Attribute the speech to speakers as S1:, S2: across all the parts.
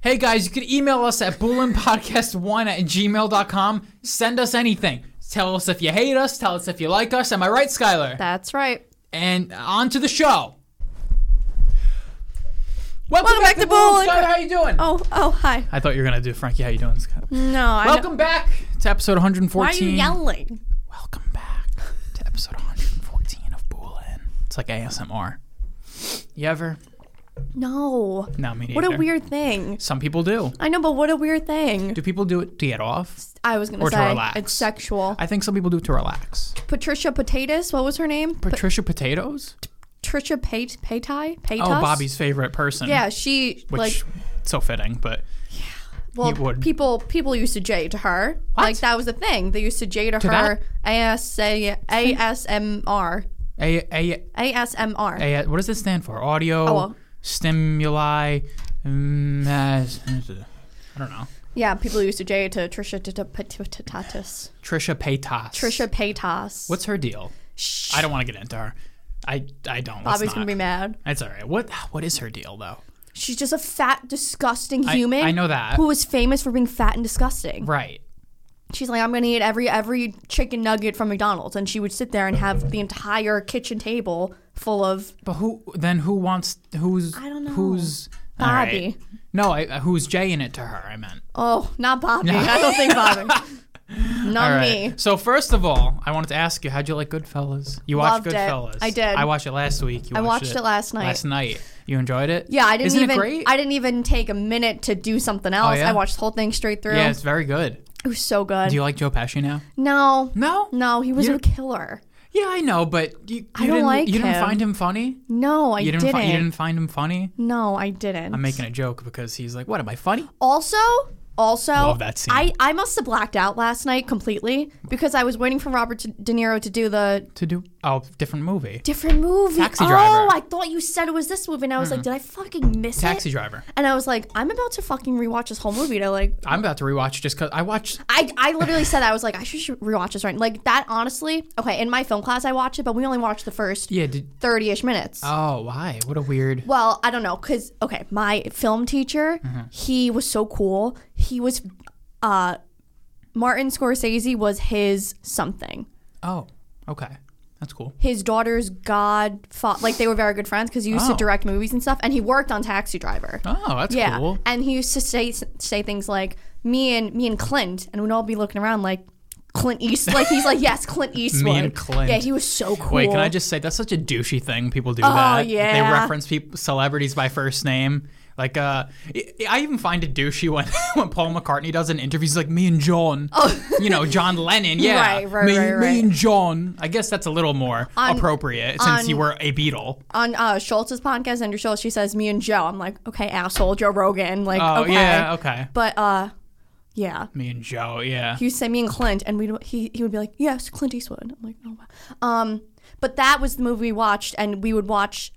S1: Hey guys, you can email us at boolinpodcast1 at gmail.com. Send us anything. Tell us if you hate us. Tell us if you like us. Am I right, Skylar?
S2: That's right.
S1: And on to the show. Welcome,
S2: Welcome back to
S1: Boolin.
S2: Boolin.
S1: Skylar, how you doing?
S2: Oh, oh, hi.
S1: I thought you were going to do Frankie. How you doing, Skylar?
S2: No, I don't-
S1: Welcome back to episode 114.
S2: Why are you yelling?
S1: Welcome back to episode 114 of Boolin. It's like ASMR. You ever?
S2: No.
S1: No, me
S2: What a
S1: neither.
S2: weird thing.
S1: Some people do.
S2: I know, but what a weird thing.
S1: Do people do it to get off?
S2: I was gonna
S1: Or to
S2: say
S1: relax.
S2: it's sexual.
S1: I think some people do it to relax.
S2: Patricia Potatoes. What was her name?
S1: Patricia Potatoes?
S2: Patricia Pate Paytai. Paytas.
S1: Oh, Bobby's favorite person.
S2: Yeah, she
S1: Which,
S2: like
S1: so fitting, but
S2: well
S1: he would.
S2: people people used to J to her. Like that was the thing. They used to J to, her. ASA ASMR.
S1: A, A,
S2: ASMR.
S1: A, what does this stand for? Audio
S2: Oh, well.
S1: stimuli. mm, uh, I don't know.
S2: yeah, people used to J to Trisha t- t- Pat- t- Tatas.
S1: Trisha Paytas.
S2: Trisha Paytas.
S1: What's her deal?
S2: Shh.
S1: I don't want to get into her. I, I don't. Let's
S2: Bobby's
S1: not.
S2: gonna be mad.
S1: It's all right. What What is her deal though?
S2: She's just a fat, disgusting human.
S1: I know that.
S2: Who is famous for being fat and disgusting.
S1: Right.
S2: She's like, I'm gonna eat every every chicken nugget from McDonald's, and she would sit there and have the entire kitchen table full of
S1: But who then? Who wants? Who's? I
S2: don't know.
S1: Who's all right.
S2: Bobby.
S1: No, I, who's Jay in it to her? I meant.
S2: Oh, not Bobby. I don't think Bobby. Not
S1: All
S2: me.
S1: right. So first of all, I wanted to ask you, how'd you like Goodfellas? You watched
S2: Loved it.
S1: Goodfellas.
S2: I did.
S1: I watched it last week. You
S2: I watched it last night.
S1: Last night. You enjoyed it?
S2: Yeah, I didn't
S1: Isn't
S2: even.
S1: it great? Oh,
S2: I didn't even take a minute to do something else.
S1: yeah?
S2: I watched the whole thing straight through.
S1: yeah, it's very good.
S2: It was so good.
S1: Do you like Joe Pesci now?
S2: no,
S1: No.
S2: no, he was
S1: You-
S2: a killer.
S1: Yeah, I know, but you, you
S2: don't
S1: didn't,
S2: like
S1: you didn't
S2: him.
S1: find him funny.
S2: No, I
S1: You didn't.
S2: didn't.
S1: Fi- you didn't find him funny.
S2: No, I didn't.
S1: I'm making a joke because he's like, "What am I funny?"
S2: Also, also,
S1: Love that scene.
S2: I I must have blacked out last night completely because I was waiting for Robert De Niro to do the
S1: To do oh, different movie.
S2: different movie.
S1: Taxi Driver. Mm-hmm.
S2: Oh, I thought you said it was this movie, and I was like, did I fucking miss
S1: Taxi
S2: it?
S1: Driver.
S2: And I was like, I'm about to fucking rewatch this whole movie. To like,
S1: I'm about to rewatch just because I watched.
S2: I, I literally said that. I was like, I should sh- rewatch this right. Like that, honestly. Okay, in my film class, I watched it, but we only watched the first
S1: Yeah. Did,
S2: thirty-ish minutes.
S1: oh, why? What a weird.
S2: Well, I don't know, cause okay, my film teacher,
S1: Mm-hmm.
S2: he was so cool. He was, uh, Martin Scorsese was his something.
S1: Oh, okay. That's cool.
S2: His daughter's godfather, like they were very good friends because he used
S1: Oh.
S2: to direct movies and stuff, and he worked on Taxi Driver.
S1: Oh, that's
S2: yeah,
S1: cool.
S2: and he used to say say things like me and me and Clint, and we'd all be looking around like Clint East, like he's like yes, Clint Eastwood.
S1: Clint.
S2: Yeah, he was so cool. Oh,
S1: Wait, can I just say that's such a douchey thing people do that? They
S2: yeah.
S1: reference people celebrities by first name. Like uh I- I even find it douchey when when Paul McCartney does an interview he's like me and John. You know, John Lennon, yeah.
S2: Oh. Right, right,
S1: me,
S2: right,
S1: me
S2: right.
S1: and John. I guess that's a little more appropriate since you were a Beatle.
S2: on uh, Schultz's podcast, Andrew Schultz, she says, "Me and Joe." I'm like, okay, asshole, Joe Rogan. Like,
S1: Oh
S2: okay.
S1: yeah, okay.
S2: But uh, yeah,
S1: Me and Joe, yeah.
S2: he would say me and Clint, and we he he would be like, yes, Clint Eastwood. I'm like, oh wow. Um, but that was the movie we watched, and we would watch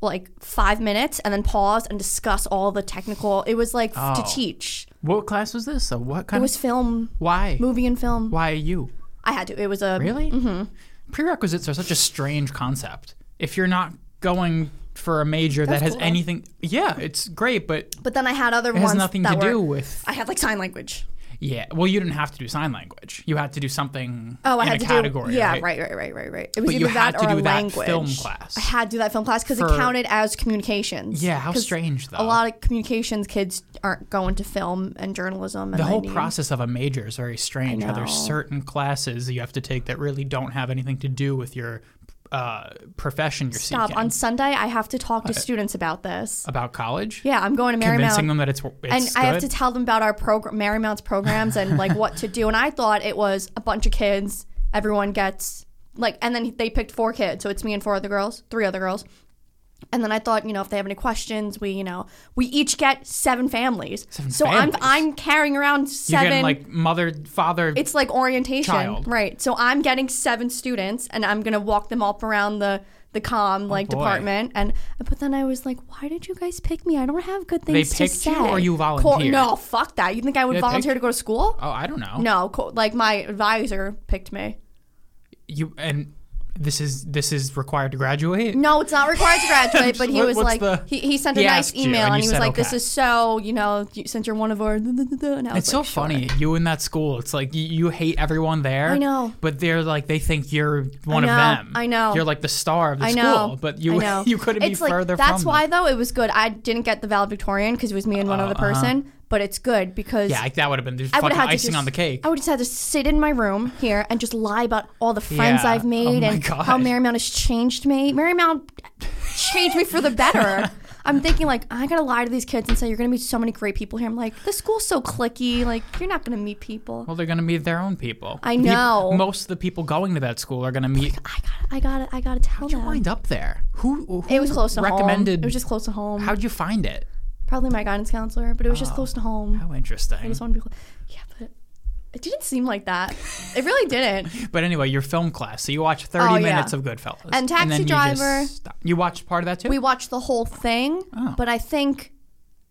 S2: like five minutes and then pause and discuss all the technical. It was like f-
S1: Oh.
S2: to teach.
S1: what class was this? So what
S2: It
S1: kind
S2: was
S1: of
S2: film,
S1: why?
S2: movie and film.
S1: Why you?
S2: I had to. It was a
S1: Really? Mm-hmm. Prerequisites are such a strange concept. If you're not going for a major that has
S2: cool, though.
S1: anything, yeah, it's great, but
S2: But then I had other
S1: it
S2: ones
S1: has nothing to
S2: that were.
S1: do with.
S2: I had like sign language.
S1: Yeah, well, you didn't have to do sign language. You had to do something.
S2: Oh, I
S1: in
S2: had
S1: a
S2: to
S1: category,
S2: do. Yeah,
S1: right?
S2: right, right, right, right, right. It was
S1: But
S2: either
S1: you had
S2: that
S1: to
S2: or
S1: do
S2: a
S1: that
S2: language.
S1: film class.
S2: I had to do that film class because it
S1: For-
S2: counted as communications.
S1: Yeah, how
S2: 'Cause
S1: strange though.
S2: A lot of communications kids aren't going to film and journalism. And
S1: the
S2: I
S1: whole
S2: need-
S1: process of a major is very strange. How there's
S2: know.
S1: certain classes you have to take that really don't have anything to do with your uh, profession you're
S2: Stop.
S1: seeking.
S2: On Sunday, I have to talk to students about this.
S1: About college,
S2: Yeah, I'm going to Marymount.
S1: convincing them that it's, it's
S2: and I have
S1: good?
S2: to tell them about our program, Marymount's programs, and like what to do. And I thought it was a bunch of kids. Everyone gets like, and then they picked four kids, so it's me and four other girls, three other girls. And then I thought, you know, if they have any questions, we, you know, we each get seven families. so
S1: families?
S2: I'm I'm carrying around
S1: You're
S2: seven.
S1: getting like mother, father,
S2: it's like orientation,
S1: Child.
S2: right? So I'm getting seven students, and I'm gonna walk them up around the the comm like
S1: Oh, boy.
S2: department. And but then I was like, why did you guys pick me? I don't have good things to
S1: picked
S2: say.
S1: you or you
S2: Cor-
S1: volunteered?
S2: no, fuck that. You think I would
S1: They
S2: volunteer
S1: picked-
S2: to go to school?
S1: Oh, I don't know.
S2: No, co- like my advisor picked me.
S1: You and this is this is required to graduate.
S2: No, it's not required to graduate, but he
S1: What-
S2: was
S1: what's
S2: like,
S1: the-
S2: he, he sent a
S1: He
S2: nice
S1: asked you,
S2: email
S1: and
S2: and,
S1: you
S2: he was
S1: said,
S2: like,
S1: "Okay."
S2: this is so, you know, you, since you're one of our. And I was
S1: It's so
S2: like, "Sure."
S1: funny. You in that school, it's like you, you hate everyone there.
S2: I know.
S1: But they're like they think you're one
S2: know,
S1: of them.
S2: I know.
S1: You're like the star of the
S2: I know.
S1: school, but
S2: I
S1: you
S2: know.
S1: you couldn't
S2: It's
S1: be
S2: like,
S1: further
S2: That's
S1: from
S2: why
S1: them.
S2: though it was good. I didn't get the valedictorian because it was me and one other
S1: uh-huh.
S2: person, but it's good because
S1: Yeah, like, that would have been just
S2: I would
S1: fucking
S2: have
S1: icing
S2: just,
S1: on the cake.
S2: I would just have to sit in my room here and just lie about all the friends
S1: Yeah.
S2: I've made
S1: Oh my
S2: and
S1: God.
S2: how Marymount has changed me. Marymount changed me for the better. I'm thinking like I gotta lie to these kids and say you're gonna meet so many great people here. I'm like the school's so clicky. Like you're not gonna meet people.
S1: well, they're gonna meet their own people.
S2: I
S1: The peop-
S2: know.
S1: most of the people going to that school are gonna meet.
S2: I gotta, I gotta, I gotta tell
S1: How'd you
S2: them.
S1: wind up there? Who, who
S2: it was close to
S1: recommended?
S2: home. It was just close to home.
S1: How'd you find it?
S2: Probably my guidance counselor, but it was
S1: Oh.
S2: just close to home.
S1: How interesting.
S2: I just want to be close. Yeah, but it didn't seem like that. It really didn't.
S1: But anyway, your film class. So you watched 30
S2: Oh, yeah.
S1: minutes of Goodfellas.
S2: And Taxi
S1: then you just
S2: Driver.
S1: stopped. You watched part of that too?
S2: We watched the whole thing,
S1: Oh.
S2: but I think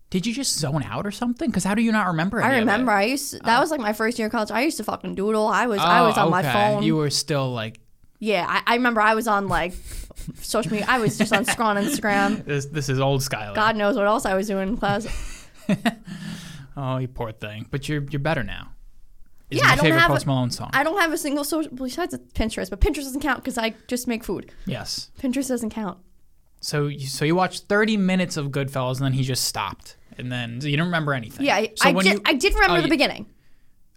S1: Did you just zone out or something? Because how do you not remember any
S2: I
S1: of
S2: remember
S1: it?
S2: I used that was like my first year of college. I used to fucking doodle. I was I was
S1: Oh,
S2: on my
S1: okay.
S2: phone.
S1: You were still like,
S2: yeah, I, I remember I was on like social media. I was just on scrolling Instagram.
S1: this, this is old Skylar.
S2: God knows what else I was doing in class.
S1: Oh, you poor thing. But you're you're better now. Is
S2: Yeah,
S1: my
S2: I don't
S1: favorite
S2: have
S1: Post
S2: a-
S1: Malone song.
S2: I don't have a single social besides Pinterest, but Pinterest doesn't count because I just make food.
S1: yes.
S2: Pinterest doesn't count.
S1: So you, so you watched 30 minutes of Goodfellas and then he just stopped. And then so you don't remember anything.
S2: Yeah, I,
S1: so
S2: I,
S1: when
S2: did,
S1: you,
S2: I did remember
S1: oh,
S2: the
S1: you-
S2: beginning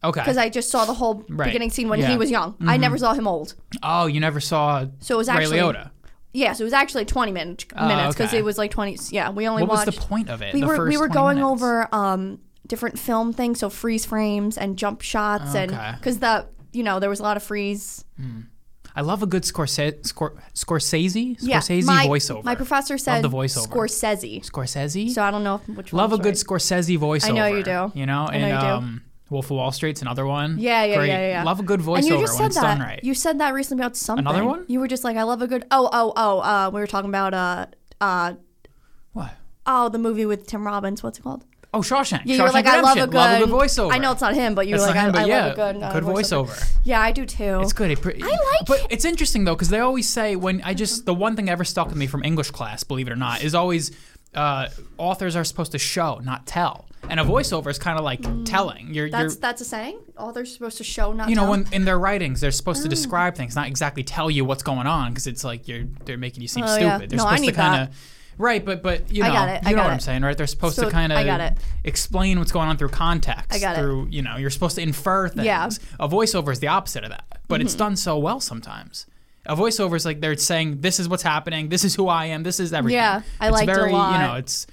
S1: Okay.
S2: because I just saw the whole
S1: Right.
S2: beginning scene when
S1: Yeah.
S2: he was young. I never saw him old.
S1: oh, you never saw
S2: So it was
S1: Ray
S2: actually-
S1: Liotta.
S2: Yeah, so it was actually 20 min- minutes
S1: Oh,
S2: because
S1: okay.
S2: it was like 20. Yeah, we only
S1: What was
S2: watched.
S1: the point of it?
S2: we
S1: the
S2: were
S1: first
S2: we were
S1: 20
S2: going
S1: minutes?
S2: over um different film things, so freeze frames and jump shots,
S1: Okay.
S2: and because the you know there was a lot of freeze.
S1: I love a good Scorsese, Scor- Scorsese,
S2: Yeah,
S1: Scorsese
S2: my,
S1: voiceover.
S2: My professor said
S1: the voiceover.
S2: Scorsese.
S1: Scorsese.
S2: So I don't know if- which
S1: love a
S2: one's
S1: good
S2: right.
S1: Scorsese voiceover.
S2: I know you do.
S1: You know,
S2: I know
S1: and
S2: you do.
S1: um, Wolf of Wall Street's another one.
S2: Yeah, yeah,
S1: Great.
S2: yeah, yeah, yeah.
S1: Love a good voiceover
S2: And you
S1: when
S2: just said
S1: it's
S2: that.
S1: done right.
S2: You said that recently about something.
S1: Another one?
S2: You were just like, I love a good. Oh, oh, oh. Uh, we were talking about uh, uh,
S1: what?
S2: oh, the movie with Tim Robbins. What's it called?
S1: Oh, Shawshank.
S2: Yeah,
S1: Shawshank
S2: you were like, I love a
S1: Redemption.
S2: good,
S1: voiceover.
S2: I know it's not him, but you were
S1: It's
S2: like,
S1: not him,
S2: I,
S1: but
S2: I
S1: yeah,
S2: love a good, uh,
S1: good voiceover.
S2: Yeah, I do too.
S1: It's good. It pre- I
S2: like
S1: But
S2: it.
S1: it's interesting though, because they always say when I just the one thing that ever stuck with me from English class, believe it or not, is always uh, authors are supposed to show, not tell. And a voiceover is kind of like telling. You're,
S2: Mm. That's
S1: you're
S2: that's a saying. Authors supposed to show not.
S1: you know
S2: tell.
S1: when in their writings they're supposed
S2: Mm.
S1: to describe things not exactly tell you what's going on because it's like you're they're making you seem
S2: Oh,
S1: stupid
S2: yeah.
S1: they're
S2: No,
S1: supposed
S2: I
S1: to
S2: need that.
S1: kind of right but but you know
S2: I got it. I
S1: you know
S2: got
S1: what
S2: it.
S1: i'm saying right they're supposed to
S2: So-
S1: kind
S2: I got
S1: of
S2: it.
S1: explain what's going on through context
S2: I got it.
S1: through you know you're supposed to infer things
S2: Yeah. Mm-hmm.
S1: a voiceover is the opposite of that but it's done so well sometimes a voiceover is like they're saying this is what's happening this is who i am this is everything
S2: Yeah, I
S1: it's
S2: liked it a
S1: very you
S2: lot.
S1: know it's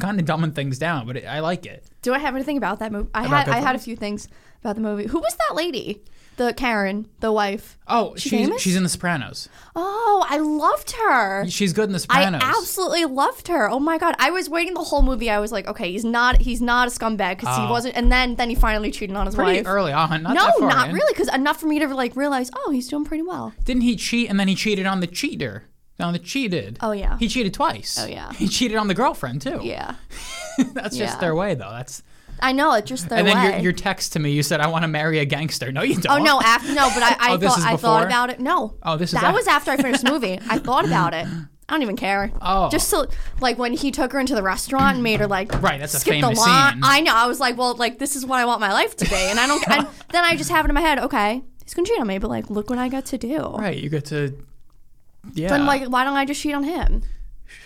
S1: kind of dumbing things down but it, i like it
S2: Do I have anything about that movie? I
S1: About
S2: had I had a
S1: Goodfellas?
S2: few things about the movie. Who was that lady? The Karen, the wife.
S1: oh
S2: She
S1: she's,
S2: famous?
S1: she's in the sopranos
S2: Oh, I loved her.
S1: she's good in the
S2: I
S1: sopranos
S2: absolutely loved her. Oh my god, I was waiting the whole movie. I was like, okay, he's not he's not a scumbag because he
S1: Oh.
S2: wasn't. And then then he finally cheated on his
S1: pretty
S2: wife.
S1: early on not
S2: no,
S1: that far
S2: not
S1: in.
S2: really, because enough for me to like realize, oh, he's doing pretty well.
S1: Didn't he cheat and then he cheated on the cheater? On the cheated.
S2: Oh, yeah.
S1: He cheated twice. Oh
S2: yeah.
S1: He cheated on the girlfriend too.
S2: Yeah,
S1: That's
S2: yeah.
S1: just their way though. That's
S2: I know it. Just their
S1: and then
S2: way.
S1: your, your text to me, you said I want to marry a gangster. No, you
S2: Oh
S1: don't.
S2: no! After no, but I, I
S1: Oh, this
S2: thought
S1: is
S2: I thought
S1: before?
S2: about it. No.
S1: Oh, this is
S2: that
S1: af-
S2: was after I finished the movie. I thought about it. I don't even care.
S1: Oh.
S2: just so like when he took her into the restaurant and made her like
S1: Right, that's a
S2: skip
S1: famous
S2: the line.
S1: scene.
S2: I know. I was like, well, like this is what I want my life to be, and I don't. and then I just have it in my head. Okay, he's gonna cheat on me, but like, look what I got to do.
S1: Right, you get to. Yeah.
S2: Then like, why don't I just cheat on him?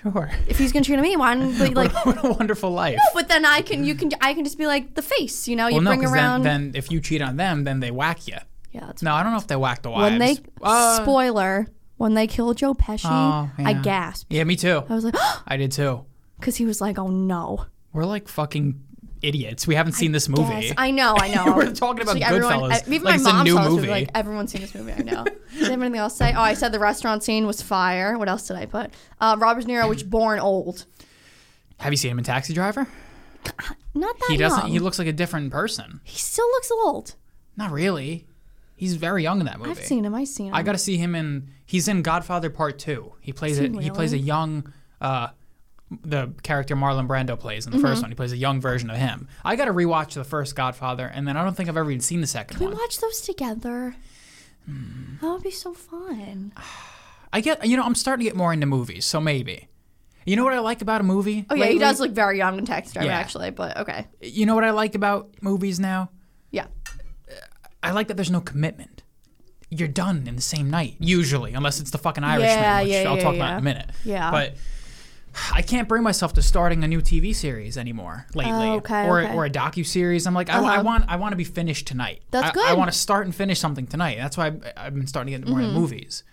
S1: sure.
S2: If he's gonna cheat on me, why don't we like?
S1: what a wonderful life.
S2: but then I can you can I can just be like the face, you know? You
S1: well, no,
S2: bring
S1: because
S2: around.
S1: then, then if you cheat on them, then they whack you.
S2: yeah, that's
S1: No, I don't know if they whack the wives.
S2: when they
S1: Uh,
S2: spoiler when they kill Joe Pesci,
S1: Oh,
S2: I
S1: yeah.
S2: gasped.
S1: yeah, me too.
S2: I was like,
S1: I did too.
S2: because he was like, oh no.
S1: We're like fucking idiots. We haven't seen this movie.
S2: Yes, I know, I know.
S1: We're talking about
S2: It's like everyone,
S1: Goodfellas,
S2: e- Even
S1: like it's a
S2: my mom's
S1: new
S2: house was
S1: movie.
S2: like, everyone's seen this movie, I know. Does anything else say? Oh, I said the restaurant scene was fire. What else did I put? Uh, Robert De Niro was born old.
S1: Have you seen him in Taxi Driver?
S2: Not that
S1: He doesn't.
S2: young.
S1: He looks like a different person.
S2: He still looks old.
S1: Not really. He's very young in that movie.
S2: I've seen him. I've seen him.
S1: I got to see him in. He's in Godfather Part Two. He plays a,
S2: he
S1: he, plays a
S2: really?
S1: young. Uh, the character Marlon Brando plays
S2: Mm-hmm.
S1: in the first one. He plays a young version of him. I got to rewatch the first Godfather, and then I don't think I've ever even seen the second
S2: we
S1: one.
S2: watch those together. That would be so fun.
S1: Hmm. I get, you know, I'm starting to get more into movies, so maybe. You know what I like about a movie?
S2: Oh yeah,
S1: lately?
S2: he does look very young in Taxi Driver
S1: Yeah.
S2: actually, but okay.
S1: You know what I like about movies now?
S2: Yeah.
S1: I like that there's no commitment. You're done in the same night, usually, unless it's the fucking Irishman,
S2: Yeah,
S1: which
S2: yeah,
S1: I'll
S2: yeah,
S1: talk about
S2: yeah.
S1: in a minute.
S2: Yeah.
S1: But I can't bring myself to starting a new TV series anymore lately,
S2: Oh, okay,
S1: or
S2: okay.
S1: or a docu series. I'm like, I- I,
S2: Uh-huh.
S1: want I want to be finished tonight.
S2: That's
S1: I, I
S2: good.
S1: want to start and finish something tonight. That's why I've, I've been starting to get more
S2: Mm-hmm.
S1: into movies.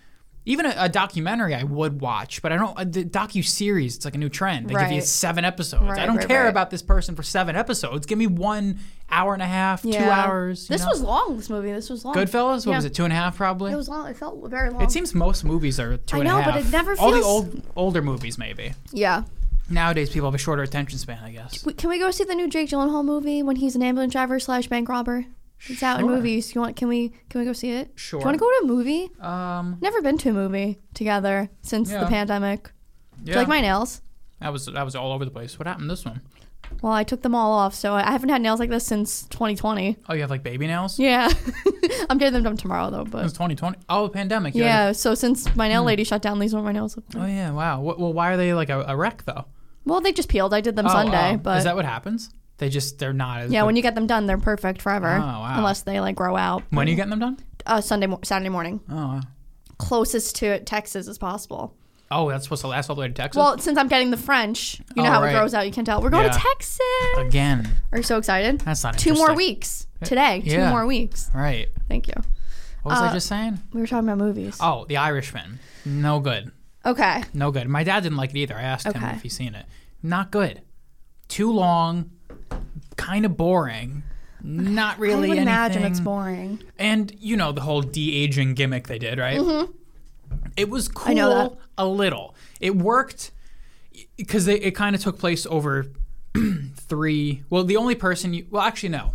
S1: Even a, a documentary I would watch, but I don't. uh, The docu series, it's like a new trend. They give you
S2: Right.
S1: seven episodes. I
S2: Right,
S1: don't
S2: right,
S1: care
S2: right.
S1: about this person for seven episodes. Give me one hour and a half, two
S2: Yeah.
S1: hours. you
S2: This
S1: know?
S2: was long. This movie. This was long.
S1: Goodfellas. What
S2: Oh, Yeah.
S1: was it? Two and a half, probably.
S2: It was long. It felt very long.
S1: It seems most movies are two
S2: I
S1: and a
S2: know,
S1: half.
S2: but it never
S1: all the
S2: feels-
S1: old older movies maybe.
S2: yeah.
S1: Nowadays, people have a shorter attention span, I guess.
S2: We- Can we go see the new Jake Gyllenhaal movie when he's an ambulance driver slash bank robber? It's out in
S1: Sure.
S2: movies. You want? Can we? Can we go see it?
S1: Sure.
S2: Do you want to go to a movie?
S1: Um,
S2: Never been to a movie together since
S1: Yeah.
S2: the pandemic. Do
S1: yeah,
S2: you like my nails?
S1: that was that was all over the place. What happened to this one?
S2: Well, I took them all off, so I haven't had nails like this since 2020.
S1: Oh, you have like baby nails.
S2: Yeah, I'm getting them done tomorrow though.
S1: It was
S2: But
S1: 2020. Oh, the pandemic. you had
S2: yeah, so since my
S1: Hmm.
S2: nail lady shut down, these were my nails.
S1: a- oh yeah. Wow. Wh- Well, why are they like a, a wreck though?
S2: Well, they just peeled. I did them
S1: Oh,
S2: Sunday,
S1: oh.
S2: but
S1: is that what happens? They just they're not as
S2: yeah,
S1: good.
S2: when you get them done, they're perfect forever,
S1: Oh, wow.
S2: unless they like grow out.
S1: when are you getting them done?
S2: uh, Sunday, mo- Saturday morning,
S1: Oh. wow.
S2: closest to Texas as possible.
S1: Oh, that's supposed to last all the way to Texas.
S2: Well, since I'm getting the French, you know
S1: Oh,
S2: how
S1: right.
S2: it grows out. You can't tell. We're going
S1: Yeah.
S2: to Texas.
S1: Again,
S2: Are you so excited?
S1: that's not
S2: Two more
S1: interesting.
S2: weeks today.
S1: Yeah.
S2: Two more weeks.
S1: Right.
S2: Thank you.
S1: What was I
S2: Uh,
S1: just saying?
S2: We were talking about movies.
S1: Oh, The Irishman. No good.
S2: Okay.
S1: No good. My dad didn't like it either. I asked him
S2: Okay.
S1: if he's seen it. Not good. Too long. Kind of boring. Not really
S2: I would
S1: anything.
S2: imagine it's boring.
S1: And you know the whole de aging gimmick they did, right? It was cool
S2: Mm-hmm. know that.
S1: a little. It worked because it kind of took place over three. Well, the only person you. Well, actually, no.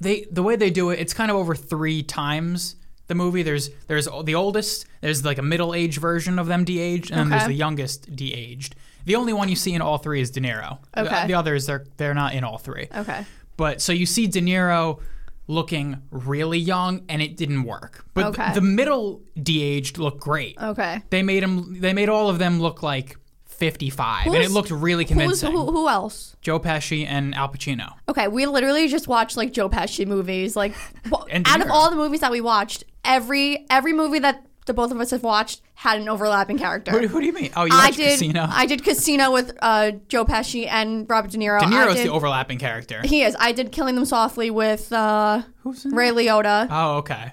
S1: They the way they do it, it's kind of over three times the movie. There's there's the oldest. There's like a middle aged version of them de aged, and then there's
S2: Okay.
S1: the youngest de aged. The only one you see in all three is De Niro. The-
S2: Okay.
S1: the others they're they're not in all three.
S2: Okay.
S1: But so you see De Niro looking really young, and it didn't work. But th-
S2: Okay.
S1: the middle de-aged looked great.
S2: Okay.
S1: They made him. They made all of them look like 55, and it
S2: Who's-
S1: looked really
S2: Who's,
S1: convincing.
S2: who, who else?
S1: Joe Pesci and Al Pacino.
S2: Okay, we literally just watched like Joe Pesci movies. Like wh-
S1: And
S2: out of
S1: Nero.
S2: all the movies that we watched, every every movie that the both of us have watched had an overlapping character.
S1: Who, who do you mean? Oh, you
S2: I
S1: watched
S2: did
S1: Casino.
S2: I did Casino with uh, Joe Pesci and Robert De Niro.
S1: De
S2: I
S1: Niro's
S2: did,
S1: the overlapping character.
S2: he is. I did Killing Them Softly with uh,
S1: Who's in
S2: Ray Liotta.
S1: Oh, okay.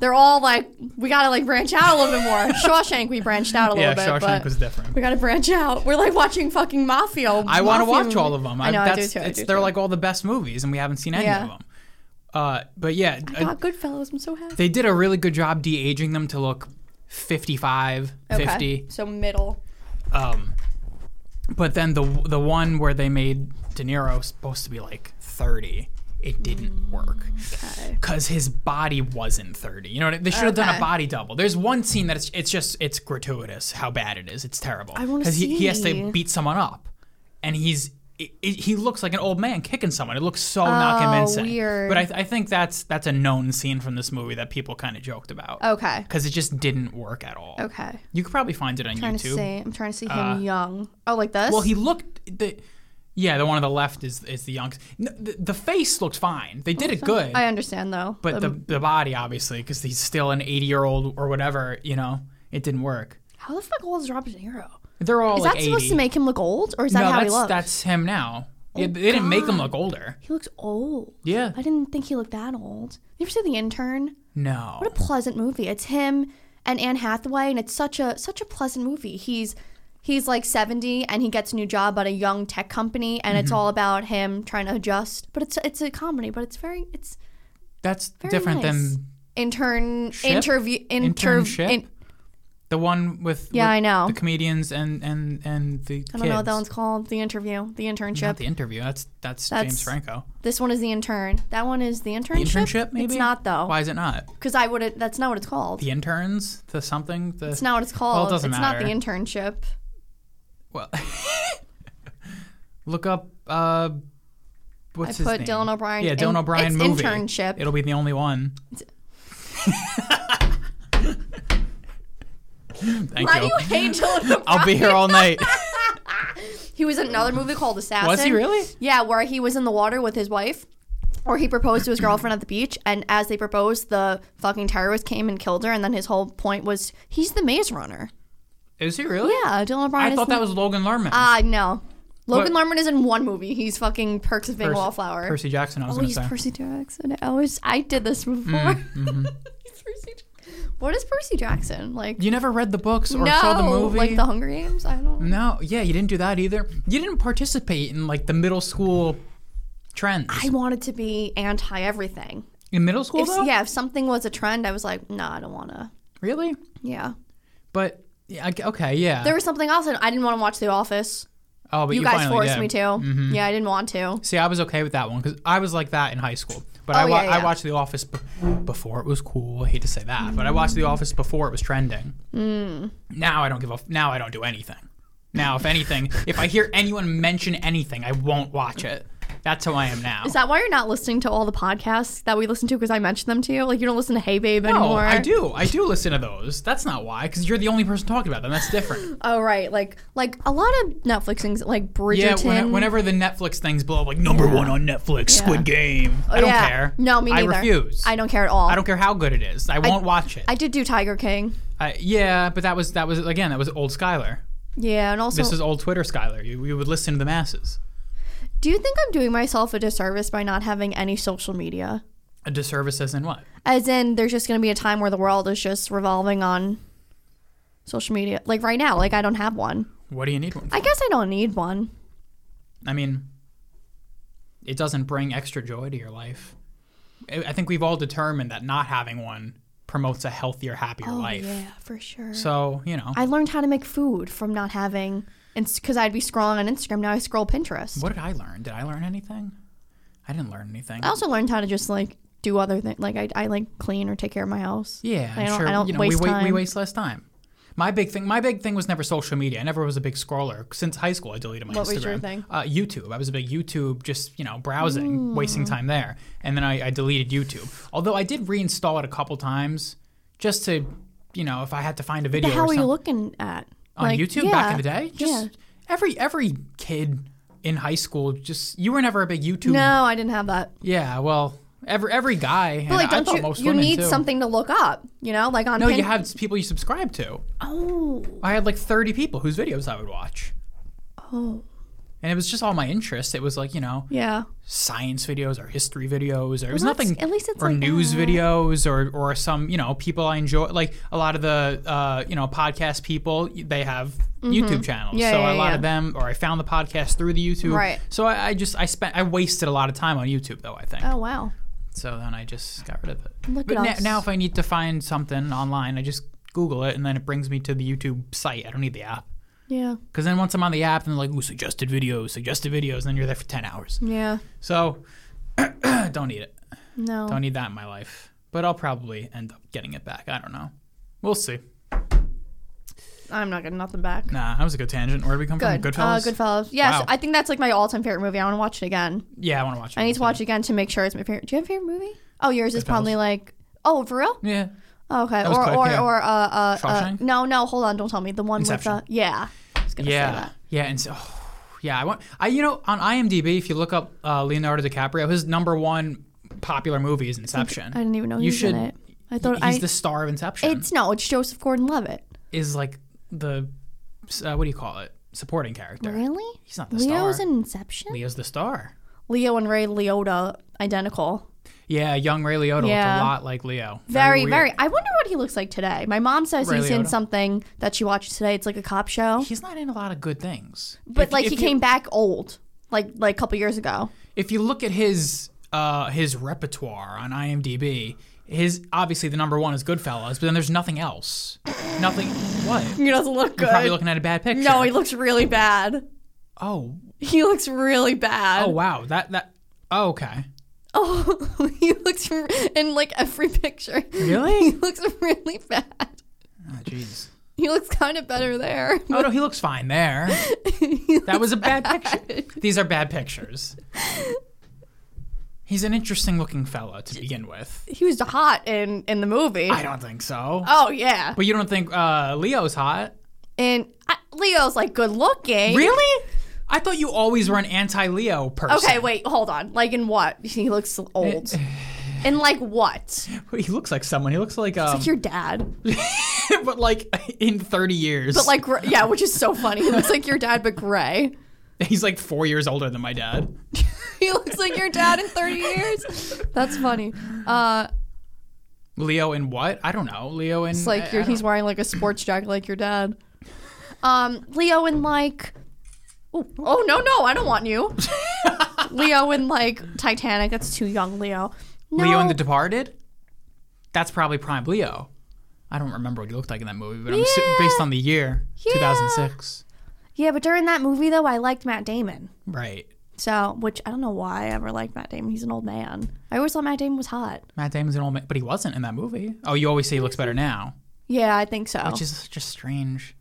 S2: They're all like we gotta like branch out a little bit more. Shawshank we branched out a
S1: Yeah,
S2: little bit,
S1: Shawshank
S2: but
S1: was different.
S2: we gotta branch out. We're like watching fucking mafia.
S1: I want to
S2: mafia
S1: watch
S2: movie.
S1: all of them.
S2: I know. I,
S1: that's,
S2: do too. I
S1: it's,
S2: do
S1: they're
S2: too.
S1: like all the best movies, and we haven't seen any
S2: Yeah.
S1: of them. Uh, but yeah, I-
S2: God, Ah, Goodfellas. I'm so happy.
S1: they did a really good job de-aging them to look 55 50
S2: So middle.
S1: um, but then the the one where they made de niro supposed to be like 30 it didn't work
S2: Okay.
S1: because his body wasn't 30 you know what I- they should have done a
S2: Okay.
S1: body double there's one scene that it's, it's just it's gratuitous how bad it is it's terrible
S2: I wanna
S1: he, he has to
S2: see.
S1: beat someone up and he's it, it, he looks like an old man kicking someone. It looks so not convincing.
S2: Oh, weird.
S1: But I, I think that's that's a known scene from this movie that people kind of joked about
S2: Okay.
S1: because it just didn't work at all.
S2: Okay.
S1: You could probably find it on
S2: Trying to
S1: YouTube.
S2: see. I'm trying to see him
S1: Uh,
S2: young. Oh, like this.
S1: Well, he looked the yeah, the one on the left is is the young. No, the, the face looked fine. They did it good,
S2: I understand though.
S1: but the
S2: Um,
S1: the body obviously because he's still an eighty year old or whatever. You know, it didn't work.
S2: how the fuck old is Robert De Niro?
S1: They're all
S2: Is
S1: like
S2: that
S1: eighty.
S2: supposed to make him look old, or is that
S1: no,
S2: how
S1: that's
S2: he Oh looks?
S1: that's him now. yeah, they didn't make him look older.
S2: He looks old.
S1: Yeah.
S2: I didn't think he looked that old. You ever see The Intern?
S1: No.
S2: What a pleasant movie. It's him and Anne Hathaway, and it's such a such a pleasant movie. He's he's like 70 and he gets a new job at a young tech company and
S1: Mm-hmm.
S2: it's all about him trying to adjust but it's it's a comedy but it's very it's
S1: That's
S2: very
S1: different
S2: nice.
S1: than
S2: intern
S1: Ship?
S2: interview inter,
S1: internship.
S2: in-
S1: the one with
S2: Yeah,
S1: with
S2: I know.
S1: the comedians and and and the
S2: I don't know what that one's called. The interview, the
S1: Not
S2: internship.
S1: the interview. That's that's, James
S2: That's-
S1: Franco.
S2: this one is the intern. That one is the internship.
S1: Internship maybe.
S2: It's not though,
S1: Why is it not?
S2: because I would. That's not what it's called.
S1: The interns. The something. The
S2: It's not what it's called.
S1: doesn't
S2: it's not the
S1: matter.
S2: internship.
S1: Well, look up. Uh, what's
S2: I
S1: his
S2: put
S1: name?
S2: Dylan O'Brien.
S1: Yeah,
S2: in-
S1: Dylan O'Brien
S2: it's
S1: movie.
S2: Internship.
S1: It'll be the only one. Thank
S2: Why do
S1: you.
S2: you hate Julia
S1: I'll be here all night.
S2: He was in another movie called Assassin.
S1: Was he really?
S2: Yeah, where he was in the water with his wife, or he proposed to his girlfriend at the beach, and as they proposed, the fucking terrorist came and killed her, and then his whole point was he's the Maze Runner.
S1: Is he really?
S2: Yeah, Dylan
S1: I
S2: O'Brien. is
S1: thought
S2: in-
S1: that was Logan Lerman.
S2: Ah, no. Logan
S1: What?
S2: Lerman is in one movie. He's fucking Perks of Being
S1: Percy-
S2: a Wallflower.
S1: Percy Jackson, Mm, mm-hmm. I was
S2: oh,
S1: going
S2: he's
S1: to say.
S2: Percy Jackson. I always I did this before. He's Percy Jack- what is Percy Jackson like?
S1: you never read the books or
S2: no,
S1: saw the movie?
S2: like the Hunger Games. I don't.
S1: no, yeah, you didn't do that either. You didn't participate in like the middle school trends.
S2: I wanted to be anti everything.
S1: in middle school,
S2: If,
S1: though?
S2: yeah, if something was a trend, I was like, no, I don't want to.
S1: Really?
S2: Yeah.
S1: But, yeah, I- okay, yeah.
S2: There was something else. And I didn't want to watch The Office.
S1: oh, Uh, but
S2: You,
S1: you,
S2: guys
S1: finally
S2: forced
S1: did. Mm-hmm.
S2: me to. Yeah, I didn't want to.
S1: See, I was okay with that one because I was like that in high school. But I,
S2: Oh,
S1: wa-
S2: yeah, yeah.
S1: I watched The Office b- before it was cool. I hate to say that, but I watched The Office before it was trending.
S2: Mm.
S1: Now I don't give a. F- now I don't do anything. Now, if anything, if I hear anyone mention anything, I won't watch it. That's who I am now.
S2: Is that why you're not listening to all the podcasts that we listen to? Because I mentioned them to you. Like you don't listen to Hey Babe
S1: no,
S2: anymore.
S1: Oh, I do. I do listen to those. That's not why, because you're the only person talking about them. That's different.
S2: Oh right, like like a lot of Netflix things, like
S1: yeah,
S2: Bridgerton.
S1: when, whenever the Netflix things blow up, like number one on Netflix, Squid Game. I don't
S2: Oh, Yeah.
S1: care.
S2: No, me neither.
S1: I refuse.
S2: I don't care at all.
S1: I don't care how good it is. I won't watch it.
S2: I did do Tiger King.
S1: I, yeah, but that was that was again that was old Skylar.
S2: Yeah, and also,
S1: This is old Twitter Skylar. You, you would listen to the masses.
S2: do you think I'm doing myself a disservice by not having any social media?
S1: A disservice as in what?
S2: As in, there's just going to be a time where the world is just revolving on social media. Like right now, like I don't have one.
S1: What do you need one? For?
S2: I guess I don't need one.
S1: I mean, it doesn't bring extra joy to your life. I I think we've all determined that not having one promotes a healthier, happier life.
S2: Oh, Yeah, for sure.
S1: So you know,
S2: I learned how to make food from not having, because I'd be scrolling on Instagram. Now I scroll Pinterest.
S1: what did I learn? Did I learn anything? I didn't learn anything.
S2: I also learned how to just like do other things. Like I, I like clean or take care of my house.
S1: Yeah,
S2: I
S1: I'm
S2: don't-
S1: sure.
S2: I don't
S1: you know,
S2: waste
S1: we, wa- we
S2: time.
S1: waste less time. My big thing, my big thing was never social media. I never was a big scroller. Since high school, I deleted my
S2: What
S1: Instagram.
S2: was your thing? Mm.
S1: Uh, YouTube. I was a big YouTube, just you know, browsing, wasting time there, and then I, I deleted YouTube. Although I did reinstall it a couple times, just to, you know, if I had to find a video
S2: The hell
S1: or
S2: are you
S1: something
S2: looking at?
S1: on
S2: Like,
S1: YouTube
S2: yeah,
S1: back in the day. Just
S2: yeah.
S1: every every kid in high school, just you were never a big YouTube.
S2: No, I didn't have that.
S1: Yeah, well, every every guy.
S2: But like,
S1: and I
S2: don't
S1: thought
S2: you?
S1: most
S2: you
S1: women
S2: need
S1: too.
S2: something to look up. You know, like on.
S1: No,
S2: Pin-
S1: you had people you subscribe to.
S2: Oh,
S1: I had like 30 people whose videos I would watch.
S2: oh,
S1: And it was just all my interests. It was like, you know,
S2: yeah.
S1: science videos or history videos or it was
S2: Well, that's-
S1: nothing
S2: at least it's
S1: or
S2: like uh,
S1: news
S2: that.
S1: videos or or some, you know, people I enjoy like a lot of the uh, you know, podcast people, they have YouTube channels.
S2: Mm-hmm. Yeah,
S1: so
S2: yeah,
S1: a lot
S2: yeah.
S1: of them or I found the podcast through the YouTube.
S2: Right.
S1: So I, I just I spent I wasted a lot of time on YouTube though, I think.
S2: Oh wow.
S1: So then I just got rid of it.
S2: Look
S1: but
S2: at
S1: na-
S2: us.
S1: now if I need to find something online, I just Google it and then it brings me to the YouTube site. I don't need the app.
S2: Yeah.
S1: Because then once I'm on the app, and they're like, ooh, suggested videos, suggested videos, and then you're there for 10 hours.
S2: Yeah.
S1: So don't need it.
S2: No.
S1: Don't need that in my life. But I'll probably end up getting it back. I don't know. We'll see.
S2: I'm not getting nothing back.
S1: Nah, that was a good tangent. Where did we come
S2: Good.
S1: from? Goodfellas?
S2: Uh, Goodfellas. Yes,
S1: Wow.
S2: I think that's like my all-time favorite movie. I want to watch it again.
S1: Yeah, I want to watch it.
S2: I need to watch it again to make sure it's my favorite. Do you have a favorite movie? Oh, yours is probably like. Oh, for real?
S1: Yeah.
S2: Oh, okay.
S1: was
S2: Or
S1: quick,
S2: or
S1: yeah.
S2: or uh, uh, uh
S1: Shawshank?
S2: no no hold on don't tell me the one
S1: Inception.
S2: with the yeah. I was gonna say
S1: Yeah.
S2: that.
S1: Yeah. And so. Yeah, I want. I you know on IMDb, if you look up uh, Leonardo DiCaprio, his number one popular movie is Inception.
S2: I didn't even know
S1: you
S2: he was
S1: should.
S2: in it. I thought
S1: he's
S2: I.
S1: the star of Inception.
S2: it's no, it's Joseph Gordon-Levitt.
S1: is like the uh, what do you call it? Supporting character.
S2: Really?
S1: He's not the
S2: Leo's
S1: star.
S2: in Inception.
S1: Leo's the star.
S2: Leo and Ray Liotta identical.
S1: Yeah, young Ray Liotta
S2: Yeah.
S1: looked a lot like Leo.
S2: Very,
S1: weird.
S2: very. I wonder what he looks like today. My mom says
S1: Ray
S2: he's in
S1: Liotta.
S2: something that she watched today. It's like a cop show,
S1: He's not in a lot of good things.
S2: but
S1: If-
S2: like
S1: if
S2: he
S1: you-
S2: came back old, like like a couple years ago.
S1: If you look at his uh, his repertoire on IMDb, his obviously the number one is Goodfellas, but then there's nothing else. nothing. What?
S2: He doesn't look good.
S1: Probably looking at a bad picture.
S2: Uh, no, he looks really bad.
S1: oh.
S2: He looks really bad.
S1: Oh wow. That that. Oh, okay.
S2: Oh, he looks r- in like every picture. He
S1: Really?
S2: looks really bad.
S1: Oh, Jeez.
S2: He looks kind of better there.
S1: Oh no, he looks fine there. that was a bad picture. These are bad pictures. He's an interesting looking fella to begin with.
S2: He was hot in in the movie.
S1: I don't think so.
S2: oh yeah,
S1: But you don't think uh, Leo's hot?
S2: and I, Leo's like good looking.
S1: Really? I thought you always were an anti-Leo person.
S2: Okay, wait, hold on. Like in what? He looks
S1: Eh,
S2: old. in like what?
S1: He looks like someone. He looks like um,
S2: Like your dad.
S1: but like in 30 years.
S2: But like gr- yeah, which is so funny. He looks like your dad but gray.
S1: he's like 4 years older than my dad.
S2: He looks like your dad in 30 years. That's funny. Uh
S1: Leo in what? I don't know. Leo in
S2: it's like
S1: I,
S2: you're, he's wearing like a sports jacket like your dad. Um Leo and like Oh, oh no no, I don't want you. Leo and like Titanic. That's too young, Leo. No.
S1: Leo in The Departed? That's probably prime Leo. I don't remember what he looked like in that movie, but I'm assu-
S2: Yeah.
S1: based on the year,
S2: Yeah.
S1: 2006.
S2: yeah, but during that movie though, I liked Matt Damon.
S1: Right.
S2: So, which I don't know why I ever liked Matt Damon. He's an old man. I always thought Matt Damon was hot.
S1: Matt Damon's an old man, but he wasn't in that movie. Oh, you always say he looks better now,
S2: Yeah, I think so.
S1: which is just strange.